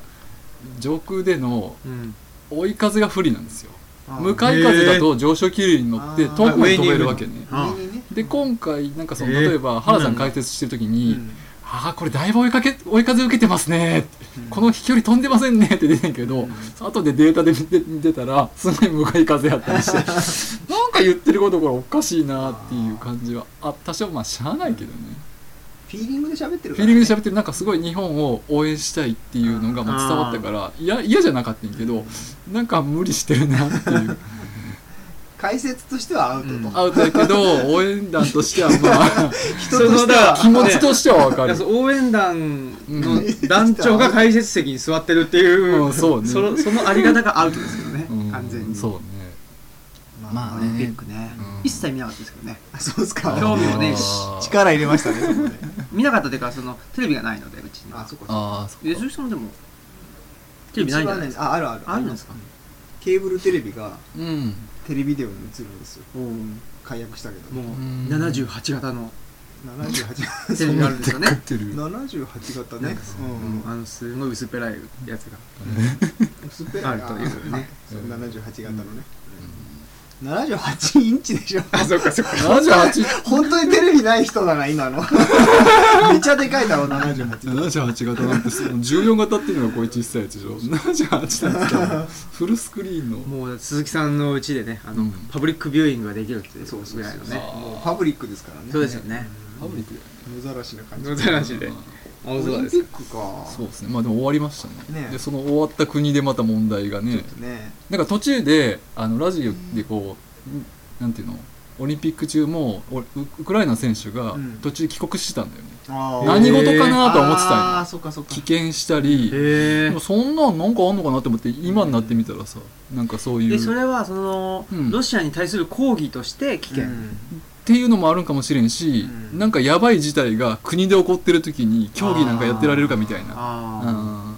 [SPEAKER 3] 上空での
[SPEAKER 1] うん
[SPEAKER 3] 追い風が不利なんですよ
[SPEAKER 2] あ
[SPEAKER 3] 向かい風だと上昇気流に乗って
[SPEAKER 2] へー
[SPEAKER 3] 遠くに飛べるわけね
[SPEAKER 1] あ
[SPEAKER 2] 上にね
[SPEAKER 3] で今回なんかその
[SPEAKER 1] えー
[SPEAKER 3] 例えば原田さん解説してる時
[SPEAKER 2] う
[SPEAKER 3] に、
[SPEAKER 2] ん
[SPEAKER 3] ああこれだいぶ追いかけ追い風受けてますねって、
[SPEAKER 2] うん
[SPEAKER 3] この飛距離飛んでませんねって出てんけ
[SPEAKER 2] う
[SPEAKER 3] ど、
[SPEAKER 2] ん
[SPEAKER 3] 後でデータで見 て見てたらすごい向かい風やったりして なんか言ってることこれおかしいなっていう感じはあ多少まあしゃあないけどね
[SPEAKER 2] フィーリングで喋ってる
[SPEAKER 3] フィーリングで
[SPEAKER 2] っ
[SPEAKER 3] 喋ってるなんかすごい日本を応援したいっていうのがまあ伝わったからいや嫌じゃなかったんやけどなんか無理してるなっていう
[SPEAKER 2] 解説としてはアウトと、
[SPEAKER 1] うん
[SPEAKER 2] 人
[SPEAKER 3] アウトやけど応援団としてはまあ
[SPEAKER 2] とし ては
[SPEAKER 3] 気持ちとしては分か
[SPEAKER 1] い
[SPEAKER 3] る
[SPEAKER 1] やそう応援団の団長が解説席に座ってるって
[SPEAKER 3] う
[SPEAKER 1] い
[SPEAKER 3] ん
[SPEAKER 1] う
[SPEAKER 3] そうね
[SPEAKER 1] のそのあり方がアウトですよね
[SPEAKER 3] うん
[SPEAKER 1] 完全に
[SPEAKER 3] そうねまあね
[SPEAKER 1] オリンピックね
[SPEAKER 3] うん
[SPEAKER 1] 一切見なかったですけどね
[SPEAKER 2] あそうですか
[SPEAKER 1] 興味もねえし
[SPEAKER 3] あー
[SPEAKER 2] 力入れましたねそこで
[SPEAKER 1] 見なかったというかそのテレビがないのでうちには
[SPEAKER 2] あそこ
[SPEAKER 3] ああそ
[SPEAKER 1] え女子さんでもテレビないんじゃないですか
[SPEAKER 2] ああるある
[SPEAKER 1] あるんですか
[SPEAKER 2] ケーブルテレビが
[SPEAKER 3] うん
[SPEAKER 2] テレビデオに映るんですよ
[SPEAKER 1] も
[SPEAKER 2] 解約したけど
[SPEAKER 1] う
[SPEAKER 3] うん
[SPEAKER 1] 78型の
[SPEAKER 2] 78
[SPEAKER 1] テレビがあるんですよね
[SPEAKER 3] そなでっかいテレビ
[SPEAKER 2] 78型
[SPEAKER 1] なん
[SPEAKER 2] ね
[SPEAKER 1] かうん
[SPEAKER 2] うん、
[SPEAKER 1] あのすごい薄っぺらいやつが
[SPEAKER 2] 薄っぺ
[SPEAKER 1] あるというね
[SPEAKER 2] あそう78型のね、78インチでしょ
[SPEAKER 1] あそっかそっか
[SPEAKER 3] 78
[SPEAKER 2] 本当にテレビない人だな今 のめちゃでかいだろ78
[SPEAKER 3] 78型なんてそ の14型っていうのがこういう小さいやつでしょ78だったらフルスクリーンの
[SPEAKER 1] もう鈴木さんのうちでねあの、
[SPEAKER 3] うん
[SPEAKER 1] パブリックビューイングができるっていうぐらいの
[SPEAKER 3] そうそう
[SPEAKER 1] ね
[SPEAKER 2] もうパブリックですからね
[SPEAKER 1] そうですよね
[SPEAKER 3] パブリックだよね
[SPEAKER 2] 野ざらしな感じ
[SPEAKER 1] 野ざらしで
[SPEAKER 2] オ
[SPEAKER 1] 青
[SPEAKER 2] リ
[SPEAKER 1] 空
[SPEAKER 2] ン
[SPEAKER 1] で
[SPEAKER 2] ピ
[SPEAKER 1] す
[SPEAKER 2] ックか
[SPEAKER 3] そうですねまあでも終わりましたね
[SPEAKER 2] ね
[SPEAKER 3] でその終わった国でまた問題がね
[SPEAKER 2] ね
[SPEAKER 3] なんか途中であのラジオでこう、なんていうのオリンピック中もおウウクライナ選手が
[SPEAKER 2] うん
[SPEAKER 3] 途中帰国してたんだよね、
[SPEAKER 2] あー
[SPEAKER 3] 何事かなとは思ってたんよ
[SPEAKER 2] あーそっかそっか
[SPEAKER 3] 棄権したり、
[SPEAKER 1] へ
[SPEAKER 3] で
[SPEAKER 1] え
[SPEAKER 3] もそんなんなんかあんのかなって思って今になってみたらさなんかそういう
[SPEAKER 1] それはその、
[SPEAKER 3] うん
[SPEAKER 1] ロシアに対する抗議として危険、
[SPEAKER 2] うん
[SPEAKER 3] っていうのもあるんかもしれんし、
[SPEAKER 2] うん
[SPEAKER 3] なんかやばい事態が国で起こってる時に競技なんかやってられるかみたいな
[SPEAKER 1] あ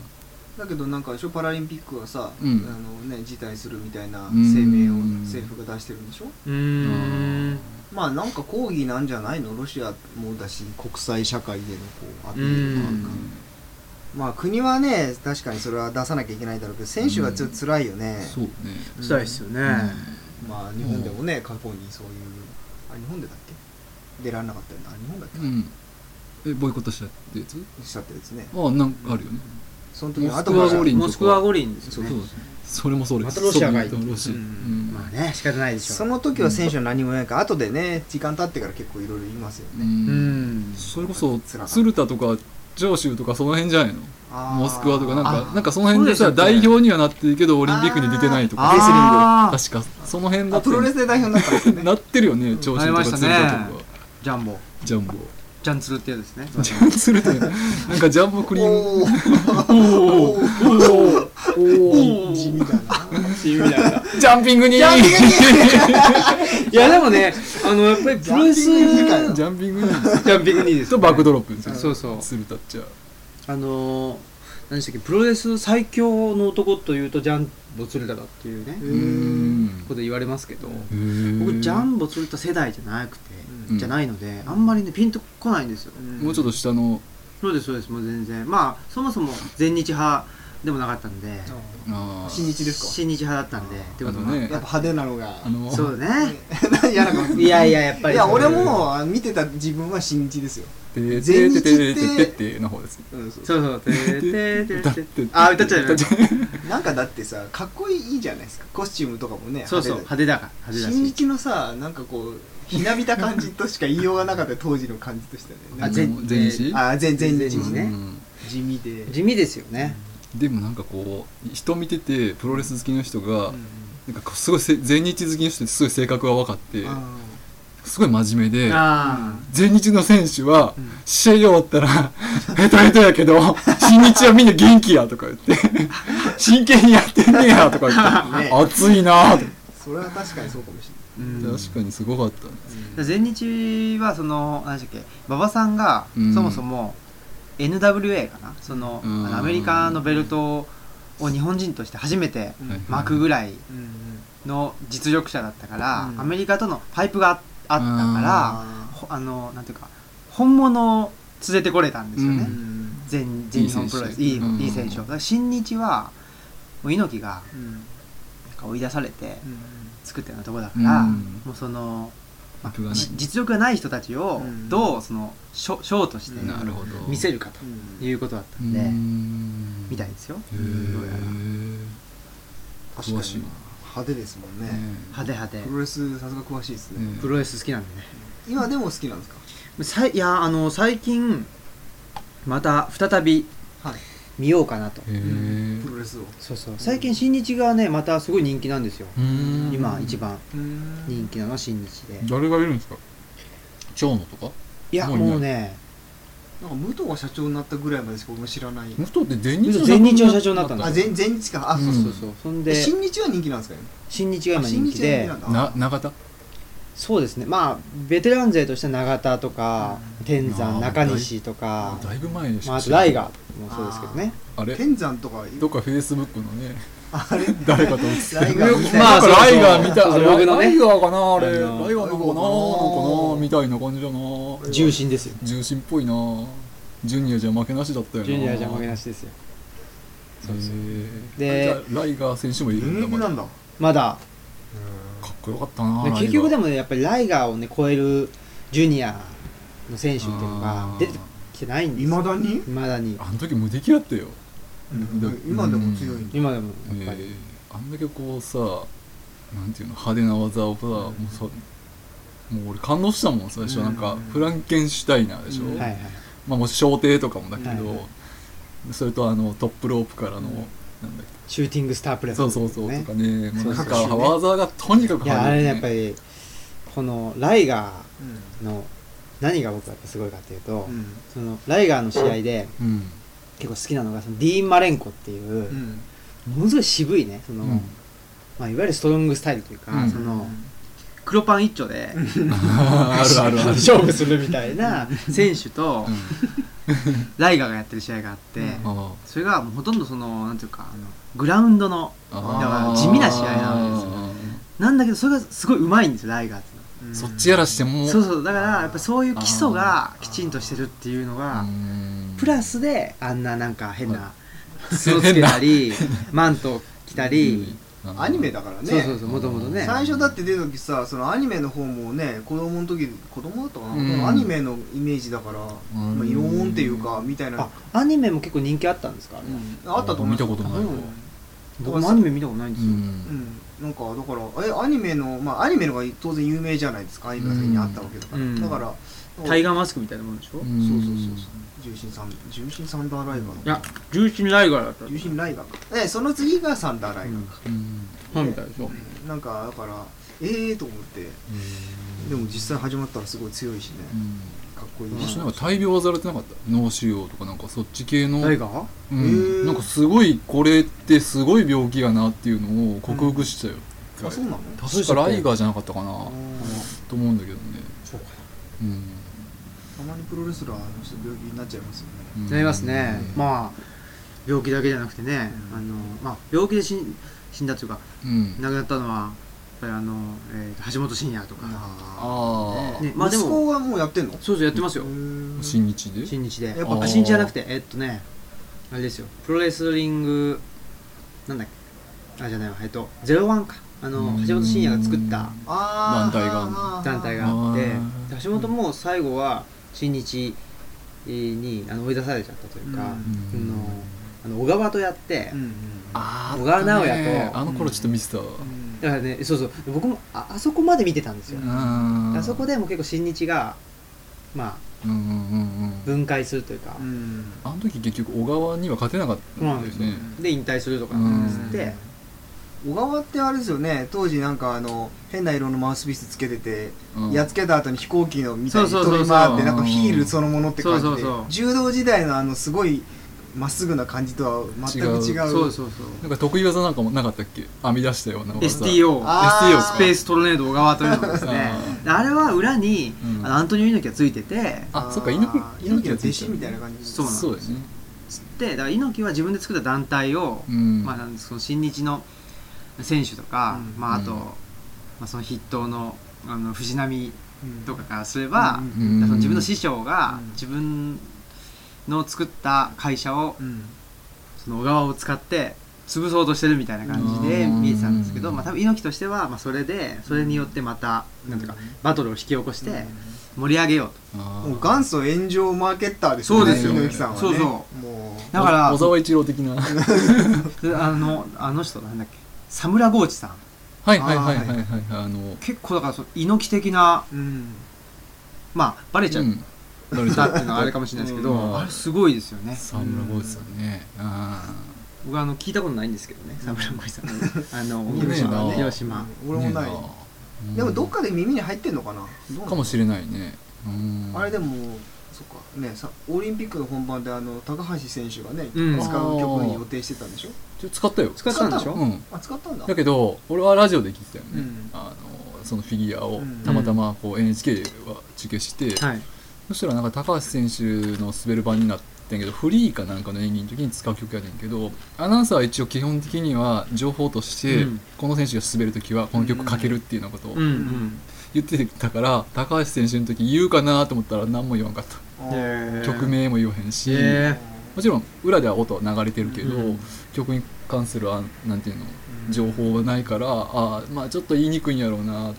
[SPEAKER 2] だけどなんかでしょパラリンピックはさ、
[SPEAKER 3] うん
[SPEAKER 2] あのね、辞退するみたいな
[SPEAKER 3] うん
[SPEAKER 2] 声明を政府が出してるんでしょ
[SPEAKER 1] ーうー
[SPEAKER 3] うんん
[SPEAKER 2] まあなんか抗議なんじゃないのロシアもだし国際社会でのこうアピ
[SPEAKER 1] う
[SPEAKER 2] ール
[SPEAKER 1] ん
[SPEAKER 2] とか、まあ国はね確かにそれは出さなきゃいけないだろうけど選手はちょっと辛いよね、
[SPEAKER 3] そうね、
[SPEAKER 2] うん
[SPEAKER 1] したいですよね、
[SPEAKER 2] まあ日本でもね過去にそういうあ日本でだっけ出られなかったよねあ日本だっけ、
[SPEAKER 3] うんえボイコットしたってやつ
[SPEAKER 2] したってですね
[SPEAKER 3] あなんかあるよね
[SPEAKER 2] その時
[SPEAKER 3] モス
[SPEAKER 2] 後
[SPEAKER 3] クワ
[SPEAKER 2] から
[SPEAKER 3] 五輪
[SPEAKER 1] モスクワ五輪です
[SPEAKER 3] そ
[SPEAKER 1] よ
[SPEAKER 3] う
[SPEAKER 1] ね
[SPEAKER 3] そうそれもそうです
[SPEAKER 1] またロシアがいい
[SPEAKER 3] ソビエトロシア、
[SPEAKER 1] うん
[SPEAKER 3] うん
[SPEAKER 1] まあね仕方ないでしょう
[SPEAKER 2] その時は選手は何もないから後でね時間経ってから結構いろいろ言いますよ
[SPEAKER 3] う
[SPEAKER 1] う
[SPEAKER 2] ね、
[SPEAKER 1] んん
[SPEAKER 3] それこそ
[SPEAKER 2] 辛かった
[SPEAKER 3] 鶴田とか上州とかその辺じゃないの
[SPEAKER 2] あー
[SPEAKER 3] モスクワとかなんか
[SPEAKER 2] あ
[SPEAKER 3] なんかその辺で
[SPEAKER 1] そ
[SPEAKER 3] さ
[SPEAKER 1] うですよね
[SPEAKER 3] 代表にはなってるけどオリンピックに出てないと
[SPEAKER 2] あ
[SPEAKER 3] か
[SPEAKER 2] ー
[SPEAKER 1] あー
[SPEAKER 3] 確かその辺だ
[SPEAKER 2] あ
[SPEAKER 3] った
[SPEAKER 2] プ
[SPEAKER 3] よ
[SPEAKER 2] ロレ
[SPEAKER 3] ね
[SPEAKER 2] スで代表になったんですね
[SPEAKER 3] なってるよね長州とか鶴田と
[SPEAKER 1] なりま
[SPEAKER 3] か
[SPEAKER 1] ジャンボ
[SPEAKER 3] ジャンボ
[SPEAKER 1] ジャンツルってやつですね
[SPEAKER 3] ジャン鶴田なんかジャンボクリーム
[SPEAKER 2] お
[SPEAKER 3] おーおー
[SPEAKER 2] お地味だな
[SPEAKER 1] っていう意味だから
[SPEAKER 3] ジャンピングにジ
[SPEAKER 2] ジャンピングに
[SPEAKER 1] いやでもねあのやっぱりプロレス
[SPEAKER 2] ジャンピングにかよ
[SPEAKER 3] ャンピングに
[SPEAKER 1] ジャンピングにです
[SPEAKER 3] とバックドロップですよね
[SPEAKER 1] そうそう
[SPEAKER 3] 鶴田っちゃ
[SPEAKER 1] あのー、何でしたっけプロレス最強の男というとジャンボ鶴田だっていうね、
[SPEAKER 2] う
[SPEAKER 3] うんん
[SPEAKER 1] こと言われますけど、
[SPEAKER 3] 僕
[SPEAKER 1] 僕ジャンボ鶴田世代じゃなくて、
[SPEAKER 2] うん
[SPEAKER 1] じゃないのであんまりねピンとこないんですよ、
[SPEAKER 3] もうちょっと下の
[SPEAKER 1] そうですそうですもう全然まあそもそも全日派でもなかったんで
[SPEAKER 3] あー
[SPEAKER 2] 新日ですか
[SPEAKER 1] 新日派だったんでってことは
[SPEAKER 3] あのね
[SPEAKER 2] やっぱ派手なのが
[SPEAKER 3] あの
[SPEAKER 1] そうね
[SPEAKER 2] 嫌な顔
[SPEAKER 1] いやいややっぱり
[SPEAKER 2] いや
[SPEAKER 1] そう
[SPEAKER 2] 俺もあ見てた自分は新日ですよ
[SPEAKER 3] ててててててての方ですね
[SPEAKER 2] うんそう
[SPEAKER 1] そうそうてーてーて
[SPEAKER 3] 歌
[SPEAKER 1] ー
[SPEAKER 3] って
[SPEAKER 1] ー
[SPEAKER 3] て
[SPEAKER 1] あ歌っちゃう
[SPEAKER 3] 歌っちゃ
[SPEAKER 2] なんかだってさかっこいいじゃないですかコスチュームとかもね
[SPEAKER 1] そうそう
[SPEAKER 2] 派
[SPEAKER 1] 派手だから
[SPEAKER 2] 手
[SPEAKER 1] 派
[SPEAKER 2] だ
[SPEAKER 1] 手だ
[SPEAKER 2] し新
[SPEAKER 1] し
[SPEAKER 2] 日のさなんかこうひなびた感じとしか言いようがなかった当時の感じとしてね
[SPEAKER 1] あ
[SPEAKER 2] なんか
[SPEAKER 1] 全
[SPEAKER 3] もう全日
[SPEAKER 2] あ全全
[SPEAKER 1] 全
[SPEAKER 2] 日
[SPEAKER 1] 日ね
[SPEAKER 2] ね
[SPEAKER 3] うん
[SPEAKER 2] 地味で
[SPEAKER 1] 地味ですよね、
[SPEAKER 3] でもなんかこう人見ててプロレス好きの人が、
[SPEAKER 2] うん
[SPEAKER 3] なんかこうすごいせ全日好きの人ってすごい性格が分かって
[SPEAKER 2] あ
[SPEAKER 3] すごい真面目で
[SPEAKER 1] ああ
[SPEAKER 3] 全日の選手は、
[SPEAKER 1] ん
[SPEAKER 3] 試合終わったら「ヘトヘトやけど新日はみんな元気や」とか言 って「真剣にやってんねや」とか言っ
[SPEAKER 2] ね
[SPEAKER 3] て「熱いな」とか
[SPEAKER 2] ーそれは確かにそうかもし
[SPEAKER 1] うん
[SPEAKER 3] 確かにすごかったね
[SPEAKER 2] れない
[SPEAKER 1] 前日はその何でしたっけ馬場さんが
[SPEAKER 3] うん
[SPEAKER 1] そもそも NWA かなそのあ
[SPEAKER 3] うん
[SPEAKER 1] のアメリカのベルトを日本人として初めて
[SPEAKER 2] うん
[SPEAKER 3] はい
[SPEAKER 1] 巻くぐらい
[SPEAKER 2] うんうん
[SPEAKER 1] の実力者だったから、
[SPEAKER 2] うん
[SPEAKER 1] アメリカとのパイプがああったか
[SPEAKER 2] あ
[SPEAKER 1] らほあのなんていうか本物を連れてこれたんですよね、
[SPEAKER 2] ー
[SPEAKER 3] うん
[SPEAKER 1] 全全日本プロレスい
[SPEAKER 3] い
[SPEAKER 1] い
[SPEAKER 3] い選手
[SPEAKER 1] いい選手をだから新日はもう猪木が
[SPEAKER 2] うん
[SPEAKER 1] なんか追い出されて
[SPEAKER 2] う
[SPEAKER 1] 作ったようなとこだから、
[SPEAKER 3] うん
[SPEAKER 1] もうそのまあ
[SPEAKER 3] 僕がね
[SPEAKER 1] じ実力がない人たちを
[SPEAKER 2] うん
[SPEAKER 1] どうそのショショーとして
[SPEAKER 2] うんなる
[SPEAKER 3] ほど
[SPEAKER 1] 見せるかと
[SPEAKER 2] ん
[SPEAKER 1] いうことだった
[SPEAKER 3] うん
[SPEAKER 1] で、
[SPEAKER 3] ん
[SPEAKER 1] みたいですよ
[SPEAKER 3] へ
[SPEAKER 1] どうやら
[SPEAKER 3] ー
[SPEAKER 2] 確か
[SPEAKER 3] 詳しい
[SPEAKER 2] に派手ですもんね
[SPEAKER 1] 派手派手
[SPEAKER 2] プロレスさすが詳しいですね、
[SPEAKER 3] ね
[SPEAKER 1] プロレス好きなんでね
[SPEAKER 2] 今でも好きなんですか
[SPEAKER 1] さいいやあの最近また再び
[SPEAKER 2] はい
[SPEAKER 1] 見ようかなと
[SPEAKER 3] へー
[SPEAKER 2] プロレスを
[SPEAKER 1] そうそう最近新日がねまたすごい人気なんですよ
[SPEAKER 3] うん
[SPEAKER 1] 今一番人
[SPEAKER 2] 人
[SPEAKER 1] 気なのは新日で
[SPEAKER 3] 誰がいるんですか長野とか
[SPEAKER 1] いや
[SPEAKER 3] もういない
[SPEAKER 1] もうね
[SPEAKER 2] なんか武藤が社長になったぐらいまでしか俺も知らない
[SPEAKER 3] 武藤って全日
[SPEAKER 1] 全日の社長になったんだ
[SPEAKER 2] あ前前日かあ、
[SPEAKER 3] うん
[SPEAKER 2] そう
[SPEAKER 1] そうそうそん
[SPEAKER 2] で
[SPEAKER 1] で
[SPEAKER 2] 新日は人気なんですかね
[SPEAKER 1] 新日が今人気
[SPEAKER 2] あ新日
[SPEAKER 1] で
[SPEAKER 2] は人気なんだ
[SPEAKER 3] な永田
[SPEAKER 1] そうですねまあベテラン勢としては永田とか天
[SPEAKER 3] あー
[SPEAKER 1] 山中西とか
[SPEAKER 3] だいぶ前でし
[SPEAKER 1] ま
[SPEAKER 3] た
[SPEAKER 1] ああとライガーもそうですけどね
[SPEAKER 3] あれ
[SPEAKER 2] 天山とか
[SPEAKER 3] どっかフェイスブックのね
[SPEAKER 2] あれ
[SPEAKER 3] 誰かと思ってた
[SPEAKER 2] ライガーみたい
[SPEAKER 1] まあ
[SPEAKER 2] な
[SPEAKER 3] なんか
[SPEAKER 1] そうそう
[SPEAKER 3] ライガーみたい
[SPEAKER 1] そうログのね
[SPEAKER 3] ライガーかなあれラ
[SPEAKER 1] ラ
[SPEAKER 3] イ
[SPEAKER 1] イガ
[SPEAKER 3] ガ
[SPEAKER 1] ー
[SPEAKER 3] ーなのかな
[SPEAKER 2] ライガー
[SPEAKER 3] なんかなみたいな感じだな
[SPEAKER 1] 重心ですよ
[SPEAKER 3] 重心っぽいなジュニアじゃ負けなしだったよな
[SPEAKER 1] ジュニアじゃ負けなしですよそうそう
[SPEAKER 3] へ
[SPEAKER 1] で
[SPEAKER 3] ーあじゃあライガー選手もいる
[SPEAKER 2] 現
[SPEAKER 3] んだ
[SPEAKER 2] 役
[SPEAKER 3] ま
[SPEAKER 2] なん
[SPEAKER 3] だ
[SPEAKER 2] だ
[SPEAKER 1] まだ
[SPEAKER 3] かっこよかったな
[SPEAKER 1] で結局で
[SPEAKER 3] も
[SPEAKER 1] もねやっぱりライガーをね超えるジュニアの選手っていうのが出てきてないんで
[SPEAKER 2] い
[SPEAKER 1] す
[SPEAKER 2] ま
[SPEAKER 1] よ
[SPEAKER 2] だに
[SPEAKER 1] いまだに
[SPEAKER 3] あの時無敵だったよ
[SPEAKER 2] うん今でも強いんだ
[SPEAKER 1] 今でもやっぱり、
[SPEAKER 3] えー、あんだけこうさなんていうの派手な技をさ、もうさもう俺感動したもん最初、
[SPEAKER 2] うん
[SPEAKER 3] なんかフランケンシュタイナーでしょ、
[SPEAKER 2] うん
[SPEAKER 1] はいはい
[SPEAKER 3] まあもう小艇とかもだけど、
[SPEAKER 1] はいは
[SPEAKER 3] それとあのトップロープからの、
[SPEAKER 1] うん
[SPEAKER 3] なんだっけ
[SPEAKER 1] シューティングスタープレス
[SPEAKER 3] そうそうそうと
[SPEAKER 1] ね
[SPEAKER 3] かねもうなんか
[SPEAKER 2] そうそうそう
[SPEAKER 3] 技がとにかく
[SPEAKER 1] いやあれ
[SPEAKER 3] いね
[SPEAKER 1] ねやっぱりこのライガ
[SPEAKER 2] うん
[SPEAKER 1] ーの何が僕はやっぱすごいかっていうと、
[SPEAKER 2] うん
[SPEAKER 1] そのライガーの試合で
[SPEAKER 3] うん
[SPEAKER 1] 結構好きなのがそのディーン・マレンコっていうう、
[SPEAKER 2] ん
[SPEAKER 1] ものすごい渋いねその、
[SPEAKER 3] うん
[SPEAKER 1] まあ、いわゆるストロングスタイルというか、
[SPEAKER 3] うん
[SPEAKER 1] その黒パン一丁で
[SPEAKER 3] あるあるあ る
[SPEAKER 1] 勝負するみたいな選手と
[SPEAKER 3] うん
[SPEAKER 1] ライガーがやってる試合があって、
[SPEAKER 3] あ
[SPEAKER 1] それがもうほとんどそのなんていうかあのグラウンドのだから地味な試合なんですよなんだけどそれがすごいうまいんですよライガーっていうのは
[SPEAKER 2] う
[SPEAKER 3] うんんそっちやらしても
[SPEAKER 1] そう
[SPEAKER 3] う
[SPEAKER 1] そうだからやっぱそういう基礎がきちんとしてるっていうのが
[SPEAKER 3] ん
[SPEAKER 1] プラスであんななんか変な
[SPEAKER 3] そ
[SPEAKER 1] 素つけたりマント着たり、
[SPEAKER 2] アニメだからね
[SPEAKER 1] そうそうそうもともとね
[SPEAKER 2] 最初だって出た時さそのアニメの方もね子供の時子供だったかな、
[SPEAKER 3] うん
[SPEAKER 2] アニメのイメージだから、
[SPEAKER 3] ん
[SPEAKER 2] まあ、異音っていうかみたいな
[SPEAKER 1] あ
[SPEAKER 2] あ,、
[SPEAKER 1] アニメも結構人気あったんですか、あれ
[SPEAKER 2] うん、あったと思う
[SPEAKER 3] 見たことないわ
[SPEAKER 1] 僕もアニメ見たことないんで
[SPEAKER 3] う
[SPEAKER 1] すよ、
[SPEAKER 2] うんん、なんかだからえアニメのまあアニメのが当然有名じゃないですかアニメが先にあったわけだから、
[SPEAKER 1] うん
[SPEAKER 2] だから
[SPEAKER 1] タイガーマスクみたいなもんでしょ、
[SPEAKER 3] う
[SPEAKER 1] い
[SPEAKER 3] ん
[SPEAKER 2] そうそうそうそう重心サン重心サンダーライガーの
[SPEAKER 1] や重心ライガーだった
[SPEAKER 2] 重心ライガーかえその次がサンダーライガーか、
[SPEAKER 3] うん
[SPEAKER 1] ファンみたいでしょ
[SPEAKER 2] なんかだからええー、と思ってでも実際始まったらすごい強いしね
[SPEAKER 3] うん
[SPEAKER 2] かっこいい
[SPEAKER 3] 昔
[SPEAKER 2] し、
[SPEAKER 3] なんか大病されてなかった脳腫瘍とかなんかそっち系の、
[SPEAKER 1] ライガー
[SPEAKER 3] う
[SPEAKER 2] へ
[SPEAKER 3] ん、
[SPEAKER 2] ー
[SPEAKER 3] なんかすごいこれってすごい病気やなっていうのを克服したよ、一
[SPEAKER 2] あ
[SPEAKER 3] 回
[SPEAKER 2] そうなの
[SPEAKER 3] 確かライガーじゃなかったかな、
[SPEAKER 2] うん
[SPEAKER 3] と思うんだけどね
[SPEAKER 1] そうか
[SPEAKER 3] うん
[SPEAKER 2] たまにプロレスラーの人病気になっちゃいますよね
[SPEAKER 3] うん
[SPEAKER 1] なりますね、
[SPEAKER 3] うん
[SPEAKER 1] まあ病気だけじゃなくてね、
[SPEAKER 2] うん
[SPEAKER 1] あのまあ、病気で死ん死んだというか
[SPEAKER 3] うん、
[SPEAKER 1] 亡くなったのはやっぱりあの、えーと橋本真也とか、
[SPEAKER 2] あ
[SPEAKER 3] ああ、
[SPEAKER 1] ねま
[SPEAKER 2] あ
[SPEAKER 1] あで
[SPEAKER 2] 息
[SPEAKER 1] も
[SPEAKER 2] 子はもうやってんの
[SPEAKER 1] そうそうやってますよ、
[SPEAKER 3] 新日で
[SPEAKER 1] 新日で
[SPEAKER 2] やっ
[SPEAKER 3] ぱ
[SPEAKER 1] あ新日じゃなくてえっとねあれですよプロレスリングなんだっけあじゃないわえっとゼロワンかあの
[SPEAKER 3] うん
[SPEAKER 1] 橋本真也が作った
[SPEAKER 2] あー
[SPEAKER 3] 団体があんの
[SPEAKER 2] あー
[SPEAKER 1] 団体があって
[SPEAKER 3] あー
[SPEAKER 1] 橋本も最後は新日にあの追い出されちゃったというか、
[SPEAKER 3] う
[SPEAKER 1] あ
[SPEAKER 3] ん
[SPEAKER 1] のあの小川とやって、
[SPEAKER 2] うんうん
[SPEAKER 3] あー
[SPEAKER 1] 小川直
[SPEAKER 3] あった
[SPEAKER 1] 也
[SPEAKER 3] ね
[SPEAKER 1] と
[SPEAKER 3] あの頃ちょっと見せたわ
[SPEAKER 2] うん
[SPEAKER 1] だからねそうそう僕もああそこまで見てたんですよ、
[SPEAKER 3] うん
[SPEAKER 1] あそこでも結構新日がまあ
[SPEAKER 3] うんうんうんうん
[SPEAKER 1] 分解するというか
[SPEAKER 2] う、ん
[SPEAKER 3] あの時結局小川には勝てなかったんだよ
[SPEAKER 1] そう
[SPEAKER 3] ね
[SPEAKER 1] で引退するとか
[SPEAKER 3] うん
[SPEAKER 1] つって、
[SPEAKER 2] 小川ってあれですよね当時なんかあの変な色のマウスピースつけてて、
[SPEAKER 3] うん
[SPEAKER 2] やっつけた後に飛行機のみたいに
[SPEAKER 1] そうそうそう
[SPEAKER 2] 飛び
[SPEAKER 1] そう
[SPEAKER 2] 回ってなんかヒールそのものって感じで
[SPEAKER 1] そうそうそう
[SPEAKER 2] 柔道時代のあのすごいまっすぐな感じとは全く違う
[SPEAKER 3] 違
[SPEAKER 1] そうそうそう
[SPEAKER 3] なんか得意技なんかもなかったっけ編み出したような技
[SPEAKER 1] STO
[SPEAKER 2] あー
[SPEAKER 1] STO スペーストルネード小川と いうのがですね
[SPEAKER 3] あ
[SPEAKER 1] であれは裏に、
[SPEAKER 3] うん
[SPEAKER 1] あのアントニオ猪木がついてて
[SPEAKER 3] あそっか
[SPEAKER 2] ー
[SPEAKER 3] 猪木
[SPEAKER 2] 猪木の
[SPEAKER 3] が
[SPEAKER 2] 弟
[SPEAKER 3] ついてる
[SPEAKER 2] 子みたいな感じ
[SPEAKER 1] そうなんです
[SPEAKER 3] そうですね
[SPEAKER 1] つってだから猪木は自分で作った団体を、
[SPEAKER 3] うん
[SPEAKER 1] まあ、なんその新日の選手とか、
[SPEAKER 2] うん
[SPEAKER 1] まあ、あと、
[SPEAKER 3] うん
[SPEAKER 1] まあ、その筆頭のあの藤波
[SPEAKER 2] うん
[SPEAKER 1] とかからすれば、
[SPEAKER 2] うん
[SPEAKER 1] だからその自分の師匠が
[SPEAKER 2] うん
[SPEAKER 1] 自分の作った会社を
[SPEAKER 2] うん
[SPEAKER 1] その小川を使って潰そうとしてるみたいな感じで
[SPEAKER 3] うん
[SPEAKER 1] 見えてたんですけど、まあ、多分猪木としては、まあ、それでそれによってまた、なんていうかバトルを引き起こして盛り上げようと
[SPEAKER 3] あー
[SPEAKER 2] もう元祖炎上マーケッターです
[SPEAKER 1] そうです
[SPEAKER 3] よ
[SPEAKER 2] 猪木さんはね
[SPEAKER 1] そうそう
[SPEAKER 2] もう
[SPEAKER 1] だから
[SPEAKER 3] 小沢一郎的 なはい
[SPEAKER 1] であのあの人なんだっけサムラゴーチさん
[SPEAKER 3] はいはいはいはいはいあの
[SPEAKER 1] 結構だからその猪木的な
[SPEAKER 2] うん
[SPEAKER 1] まあバレちゃっ
[SPEAKER 3] うんバレ
[SPEAKER 1] た
[SPEAKER 3] た
[SPEAKER 1] っていうのはあれかもしれないですけど、
[SPEAKER 3] うん
[SPEAKER 1] あれすごいですよね
[SPEAKER 3] 沢村浩二さんねあ
[SPEAKER 1] 僕あの聞いたことないんですけどねサムラゴーチさんのあの
[SPEAKER 3] 有名な
[SPEAKER 1] 広島
[SPEAKER 2] うん俺もない、
[SPEAKER 3] い
[SPEAKER 2] でもどっかで耳に入ってんのかなどうなの
[SPEAKER 3] かもしれないねうん
[SPEAKER 2] あれでもそっかねさオリンピックの本番であの高橋選手がね、
[SPEAKER 1] うん
[SPEAKER 2] 使う曲に予定してたんでしょ
[SPEAKER 3] ちょ使ったよ
[SPEAKER 1] 使ったんでしょ、
[SPEAKER 3] うん
[SPEAKER 2] あ使ったんだ
[SPEAKER 3] だけど俺はラジオで聞いてたよね、
[SPEAKER 2] うん
[SPEAKER 3] あのそのフィギュアを
[SPEAKER 2] うん
[SPEAKER 3] たまたまこう NHK は中継して、
[SPEAKER 1] はい
[SPEAKER 3] そしたらなんか高橋選手の滑る場になっってんけどフリーかなんかの演技の時に使う曲やねんけどアナウンサーは一応基本的には情報として、
[SPEAKER 1] うん
[SPEAKER 3] この選手が滑る時はこの曲かけるっていうようなことを
[SPEAKER 1] うんうん
[SPEAKER 3] 言ってたから高橋選手の時言うかなと思ったら何も言わんかった、
[SPEAKER 1] へー
[SPEAKER 3] 曲名も言わへんし、
[SPEAKER 1] へ
[SPEAKER 3] もちろん裏では音流れてるけど、
[SPEAKER 1] うん
[SPEAKER 3] 曲に関するあんなんていうの情報がないからあーまあちょっと言いにくいんやろうなって、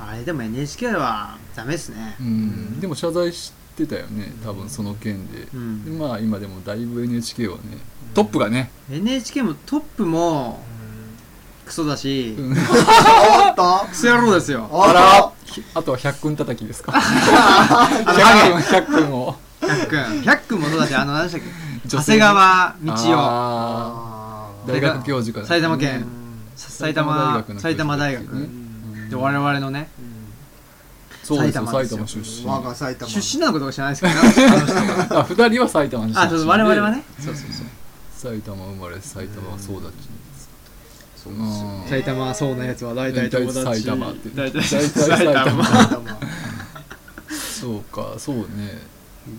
[SPEAKER 1] あれでも NHK はダメですね
[SPEAKER 3] うんでも謝罪してたよね多分その件で,、
[SPEAKER 1] うん
[SPEAKER 3] でまあ今でもだいぶ NHK はねトップがね、
[SPEAKER 1] NHK もトップもクソだし、
[SPEAKER 3] うん
[SPEAKER 2] あった
[SPEAKER 1] クソ野郎ですよ
[SPEAKER 2] あら
[SPEAKER 3] あとは100君叩きですか100君100君を
[SPEAKER 1] 百君百君もそうだしあの何でしたっけ
[SPEAKER 3] 女
[SPEAKER 1] 長
[SPEAKER 3] 性
[SPEAKER 1] 谷川道夫
[SPEAKER 3] あー大学教授から、
[SPEAKER 1] 埼玉県
[SPEAKER 3] 埼
[SPEAKER 1] 埼玉
[SPEAKER 3] 玉大学の
[SPEAKER 1] 埼玉大学
[SPEAKER 3] 教授
[SPEAKER 1] で我々のね
[SPEAKER 3] そうですよ
[SPEAKER 1] 埼玉
[SPEAKER 3] 埼
[SPEAKER 1] です
[SPEAKER 3] 玉
[SPEAKER 1] よ
[SPEAKER 3] 出身
[SPEAKER 2] 我が埼玉
[SPEAKER 1] 出身なのことか知らないですけどあの人は
[SPEAKER 3] あ二人は埼玉出身
[SPEAKER 1] あそうそう我々はね
[SPEAKER 3] そうそうそう埼玉生まれ埼玉はそうだっち
[SPEAKER 2] そうう
[SPEAKER 3] で
[SPEAKER 2] ですす
[SPEAKER 3] よ
[SPEAKER 2] よ
[SPEAKER 3] ね
[SPEAKER 2] ね
[SPEAKER 1] 埼玉はそうなやつは大体友達
[SPEAKER 3] 大体埼玉って
[SPEAKER 1] 大体
[SPEAKER 3] 大体
[SPEAKER 1] 埼玉
[SPEAKER 3] 埼
[SPEAKER 2] 玉
[SPEAKER 3] そうかそうね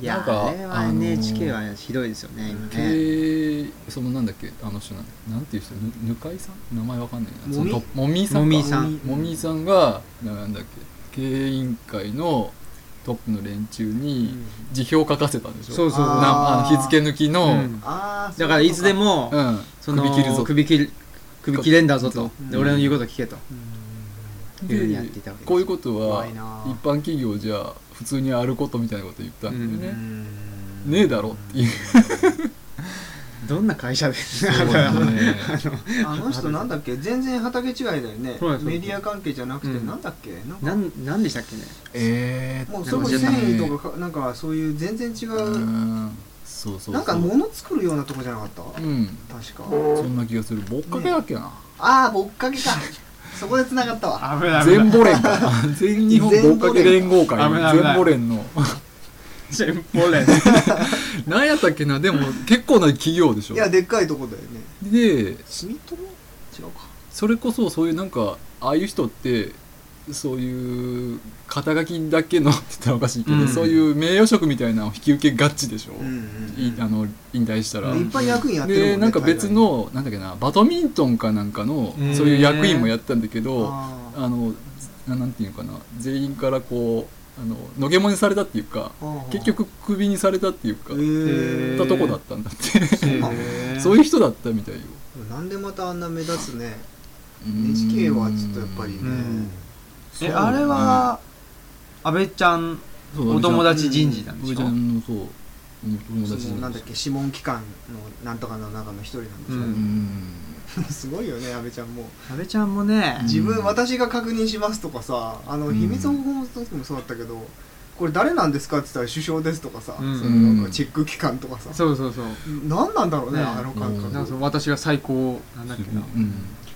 [SPEAKER 1] いや
[SPEAKER 3] なんか
[SPEAKER 1] あれは
[SPEAKER 3] あのー
[SPEAKER 1] NHK はひどいですよね今ね
[SPEAKER 3] けそのなんだっけあの人なんなんていう人ぬぬかいさん名前わかんないな
[SPEAKER 2] もみ
[SPEAKER 3] そのともみいさんか
[SPEAKER 1] もみいさ
[SPEAKER 2] ん
[SPEAKER 3] もみいさんがなんだっけ経営委員会のトップの連中に辞表を書かせたんでしょ
[SPEAKER 1] そうそうそう
[SPEAKER 3] なあの日付抜きの、う
[SPEAKER 1] うんん
[SPEAKER 2] あー
[SPEAKER 1] だからいつでもその
[SPEAKER 3] 首切るぞ
[SPEAKER 1] 首切る首切れんだぞと
[SPEAKER 2] うん
[SPEAKER 1] で俺の言うこと聞けと
[SPEAKER 3] で
[SPEAKER 1] いうふうにやっていたわけです
[SPEAKER 3] こういうことは
[SPEAKER 2] 怖い
[SPEAKER 3] 一
[SPEAKER 2] な
[SPEAKER 3] 般企業じゃ普通にあることみたいなこと言ったんだよ
[SPEAKER 2] う
[SPEAKER 3] ね、
[SPEAKER 2] ん
[SPEAKER 3] ねえだろっていう
[SPEAKER 1] どんな会社で
[SPEAKER 3] ね
[SPEAKER 2] あの人なんだっけ全然畑違いだよね
[SPEAKER 1] そうです
[SPEAKER 2] メディア関係じゃなく
[SPEAKER 1] う
[SPEAKER 2] て
[SPEAKER 1] ん
[SPEAKER 2] なんだっけなんか
[SPEAKER 1] なんなんでしたっけね
[SPEAKER 3] えー
[SPEAKER 2] もうそこ
[SPEAKER 1] なん
[SPEAKER 2] 繊
[SPEAKER 1] か
[SPEAKER 2] 維とかかなんかそういう全然違
[SPEAKER 3] う
[SPEAKER 2] うん
[SPEAKER 3] そうそうそう
[SPEAKER 2] なんか物作るようなとこじゃなかった
[SPEAKER 3] うん
[SPEAKER 2] 確か
[SPEAKER 3] そんな気がするぼっかけだっけな、
[SPEAKER 2] ああぼっかけかそこで繋がったわ
[SPEAKER 1] 危な
[SPEAKER 3] 全ボレンか 全日本ぼっかけ連合会
[SPEAKER 1] 全ボレン危ない危ない
[SPEAKER 3] 全ボ
[SPEAKER 1] 全ボ
[SPEAKER 3] レン の
[SPEAKER 1] レン
[SPEAKER 3] 何やったっけなでも結構な企業でしょ
[SPEAKER 2] いやでっかいとこだよね
[SPEAKER 3] で
[SPEAKER 2] 住友違うか
[SPEAKER 3] それこそそういうなんかああいう人ってそういう肩書きだけのって言ったらおかしいけど、
[SPEAKER 1] うん
[SPEAKER 3] そういう名誉職みたいなのを引き受けがちでしょ、いあ
[SPEAKER 2] い
[SPEAKER 3] の引退したら。
[SPEAKER 2] っぱい役員やってるもん
[SPEAKER 3] で
[SPEAKER 2] ね
[SPEAKER 3] なんか別
[SPEAKER 2] 海
[SPEAKER 3] のなんだっけなバドミントンかなんかの
[SPEAKER 1] へー
[SPEAKER 3] そういう役員もやったんだけ
[SPEAKER 2] 外
[SPEAKER 3] どあ
[SPEAKER 2] あー
[SPEAKER 3] のななんていうのかな全員からこうあののげもにされたっていうか
[SPEAKER 2] あー
[SPEAKER 3] 結局クビにされたっていうか
[SPEAKER 2] へ
[SPEAKER 3] や
[SPEAKER 2] ー
[SPEAKER 3] ったとこだったんだって
[SPEAKER 1] へー
[SPEAKER 3] そういう人だったみたいよ
[SPEAKER 2] なんでまたあんな目立つね
[SPEAKER 3] うーん
[SPEAKER 2] NHK はちょっとやっぱりね
[SPEAKER 1] うん
[SPEAKER 3] そう
[SPEAKER 1] えあれは安倍ちゃん
[SPEAKER 3] そう
[SPEAKER 1] お友達人事なんで
[SPEAKER 3] 僕
[SPEAKER 1] し
[SPEAKER 3] ち
[SPEAKER 1] ょ
[SPEAKER 3] ゃんのそうお友
[SPEAKER 2] そ
[SPEAKER 3] 達
[SPEAKER 2] のなんだっけ諮問機関のなんとかの中の一人なんでしょ すごいよね安倍ちゃんも
[SPEAKER 1] 安倍ちゃんもね
[SPEAKER 3] じ
[SPEAKER 2] 自分、
[SPEAKER 3] うん
[SPEAKER 2] 私が確認しますとかさあの
[SPEAKER 3] うん
[SPEAKER 2] 秘密保護の時もそうだったけどこれ誰なんですかって言ったら首相ですとかさ、
[SPEAKER 1] うん
[SPEAKER 2] そのなんかチェック機関とかさ、
[SPEAKER 1] そうそうそう
[SPEAKER 2] 何なんだろうね
[SPEAKER 1] ね
[SPEAKER 2] あの感
[SPEAKER 3] うん
[SPEAKER 2] 覚、
[SPEAKER 1] なんかそう私が最高なんだっけな、
[SPEAKER 3] うん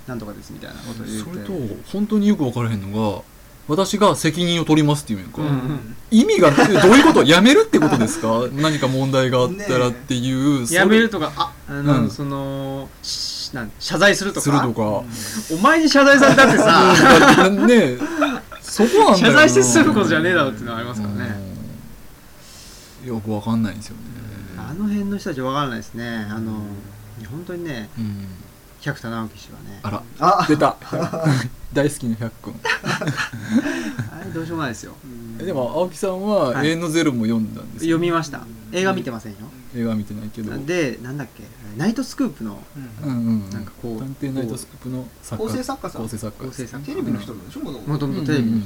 [SPEAKER 1] なんとかですみたいなこと言う
[SPEAKER 3] そ
[SPEAKER 1] て
[SPEAKER 3] れと本当によく分からへんのが私が責任を取りますっていうやんか、
[SPEAKER 1] うん
[SPEAKER 3] 意味がえどういうことやめるってことで すか何か問題があったらっていう、それ
[SPEAKER 1] やめるとかああの、
[SPEAKER 3] うん
[SPEAKER 1] そのしなん謝罪するとか
[SPEAKER 3] するとか
[SPEAKER 1] お前に謝罪された ってさ
[SPEAKER 3] ねえそこなんだよな
[SPEAKER 1] 謝罪してすることじゃねえだろっていうのはありますからね、
[SPEAKER 3] うんよく分かんないんですよね、
[SPEAKER 1] あの辺の人たちわからないですねあの本当にね
[SPEAKER 3] うん、
[SPEAKER 1] 百田直樹氏はね
[SPEAKER 3] あら
[SPEAKER 2] あ
[SPEAKER 3] 出た 大好きな百君
[SPEAKER 1] あれどうしようもないですよ
[SPEAKER 3] えでも青木さんは「
[SPEAKER 1] はい
[SPEAKER 3] 永遠のゼロ」も読んだんです
[SPEAKER 1] 読
[SPEAKER 3] よ、
[SPEAKER 1] みました映画見てませんよ
[SPEAKER 3] 映画見てないけど
[SPEAKER 1] でなんだっけナイトスクープの
[SPEAKER 3] うんうん、
[SPEAKER 1] なんかこう
[SPEAKER 3] 探偵ナイトスクープの作
[SPEAKER 2] 構
[SPEAKER 3] 家
[SPEAKER 2] 成作家さん
[SPEAKER 3] 構成作家
[SPEAKER 1] 構成作
[SPEAKER 2] テレビの人なんでしょもとも
[SPEAKER 1] も
[SPEAKER 2] と
[SPEAKER 1] ともとテレビの人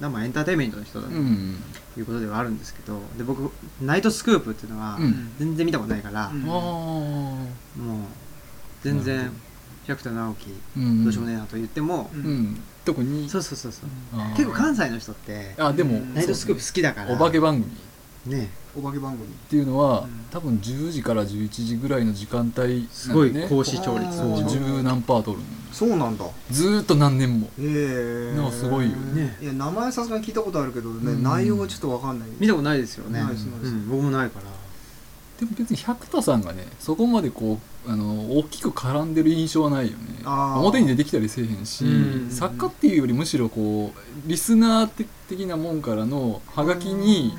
[SPEAKER 1] だまあエンターテインメントの人だ
[SPEAKER 3] う
[SPEAKER 1] と
[SPEAKER 3] んうんうん
[SPEAKER 1] いうことではあるんですけどで僕ナイトスクープっていうのは
[SPEAKER 3] うんうん
[SPEAKER 1] 全然見たことないから、
[SPEAKER 2] うん
[SPEAKER 3] あ
[SPEAKER 1] もう全
[SPEAKER 3] なる
[SPEAKER 1] 然
[SPEAKER 3] ほ
[SPEAKER 1] 百田直樹
[SPEAKER 3] あうん
[SPEAKER 1] どうしようもねえなと言っても、
[SPEAKER 2] うん
[SPEAKER 3] うん特に
[SPEAKER 1] そうそうそうそう
[SPEAKER 3] あー
[SPEAKER 1] 結構関西の人って
[SPEAKER 3] あでも
[SPEAKER 2] うん
[SPEAKER 1] ナイトスクープ好きだから
[SPEAKER 3] お化け番組っ
[SPEAKER 1] ね
[SPEAKER 2] お化け番組
[SPEAKER 3] ていうのは、
[SPEAKER 2] うん
[SPEAKER 3] 多分10時から11時ぐらいの時間帯なんだよね
[SPEAKER 1] すごい高視聴率
[SPEAKER 2] あー
[SPEAKER 3] そう
[SPEAKER 1] そう
[SPEAKER 3] 十何パー取るの
[SPEAKER 2] そうなんだへ
[SPEAKER 3] ずーっと何年も
[SPEAKER 2] え
[SPEAKER 3] なんかすごいよ
[SPEAKER 1] ね
[SPEAKER 2] いや名前さすがに聞いたことあるけどね、
[SPEAKER 3] うん
[SPEAKER 2] 内容がちょっとわかんない
[SPEAKER 1] 見たことないですよね
[SPEAKER 2] ないですないです
[SPEAKER 1] うん、僕もないから
[SPEAKER 3] でも別に百田さんがねそこまでこうあの大きく絡んでる印象はないよね
[SPEAKER 2] あー
[SPEAKER 3] 表に出てきたりせえへんし、
[SPEAKER 1] うん
[SPEAKER 3] 作家っていうよりむしろこうリスナー的なもんからのハガキに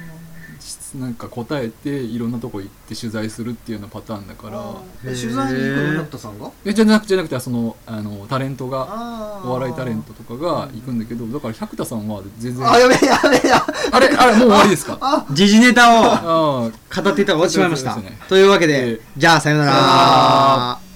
[SPEAKER 3] しなんか答えていろんなとこ行って取材するっていうようなパターンだから
[SPEAKER 2] 取材に行くのナットさんが
[SPEAKER 3] えじゃなくじゃなくてそのあのタレントが
[SPEAKER 2] あー
[SPEAKER 3] お笑いタレントとかが行くんだけどだから百田さんは全然あ
[SPEAKER 2] あやべえやべえや
[SPEAKER 3] れあれもう終わりですかあ
[SPEAKER 1] 時事ネタを
[SPEAKER 3] あー
[SPEAKER 1] 語っていたら終わってしまいました
[SPEAKER 3] そうですね
[SPEAKER 1] というわけ
[SPEAKER 3] え
[SPEAKER 1] で
[SPEAKER 3] ー
[SPEAKER 1] じゃあさような
[SPEAKER 3] さような
[SPEAKER 1] ら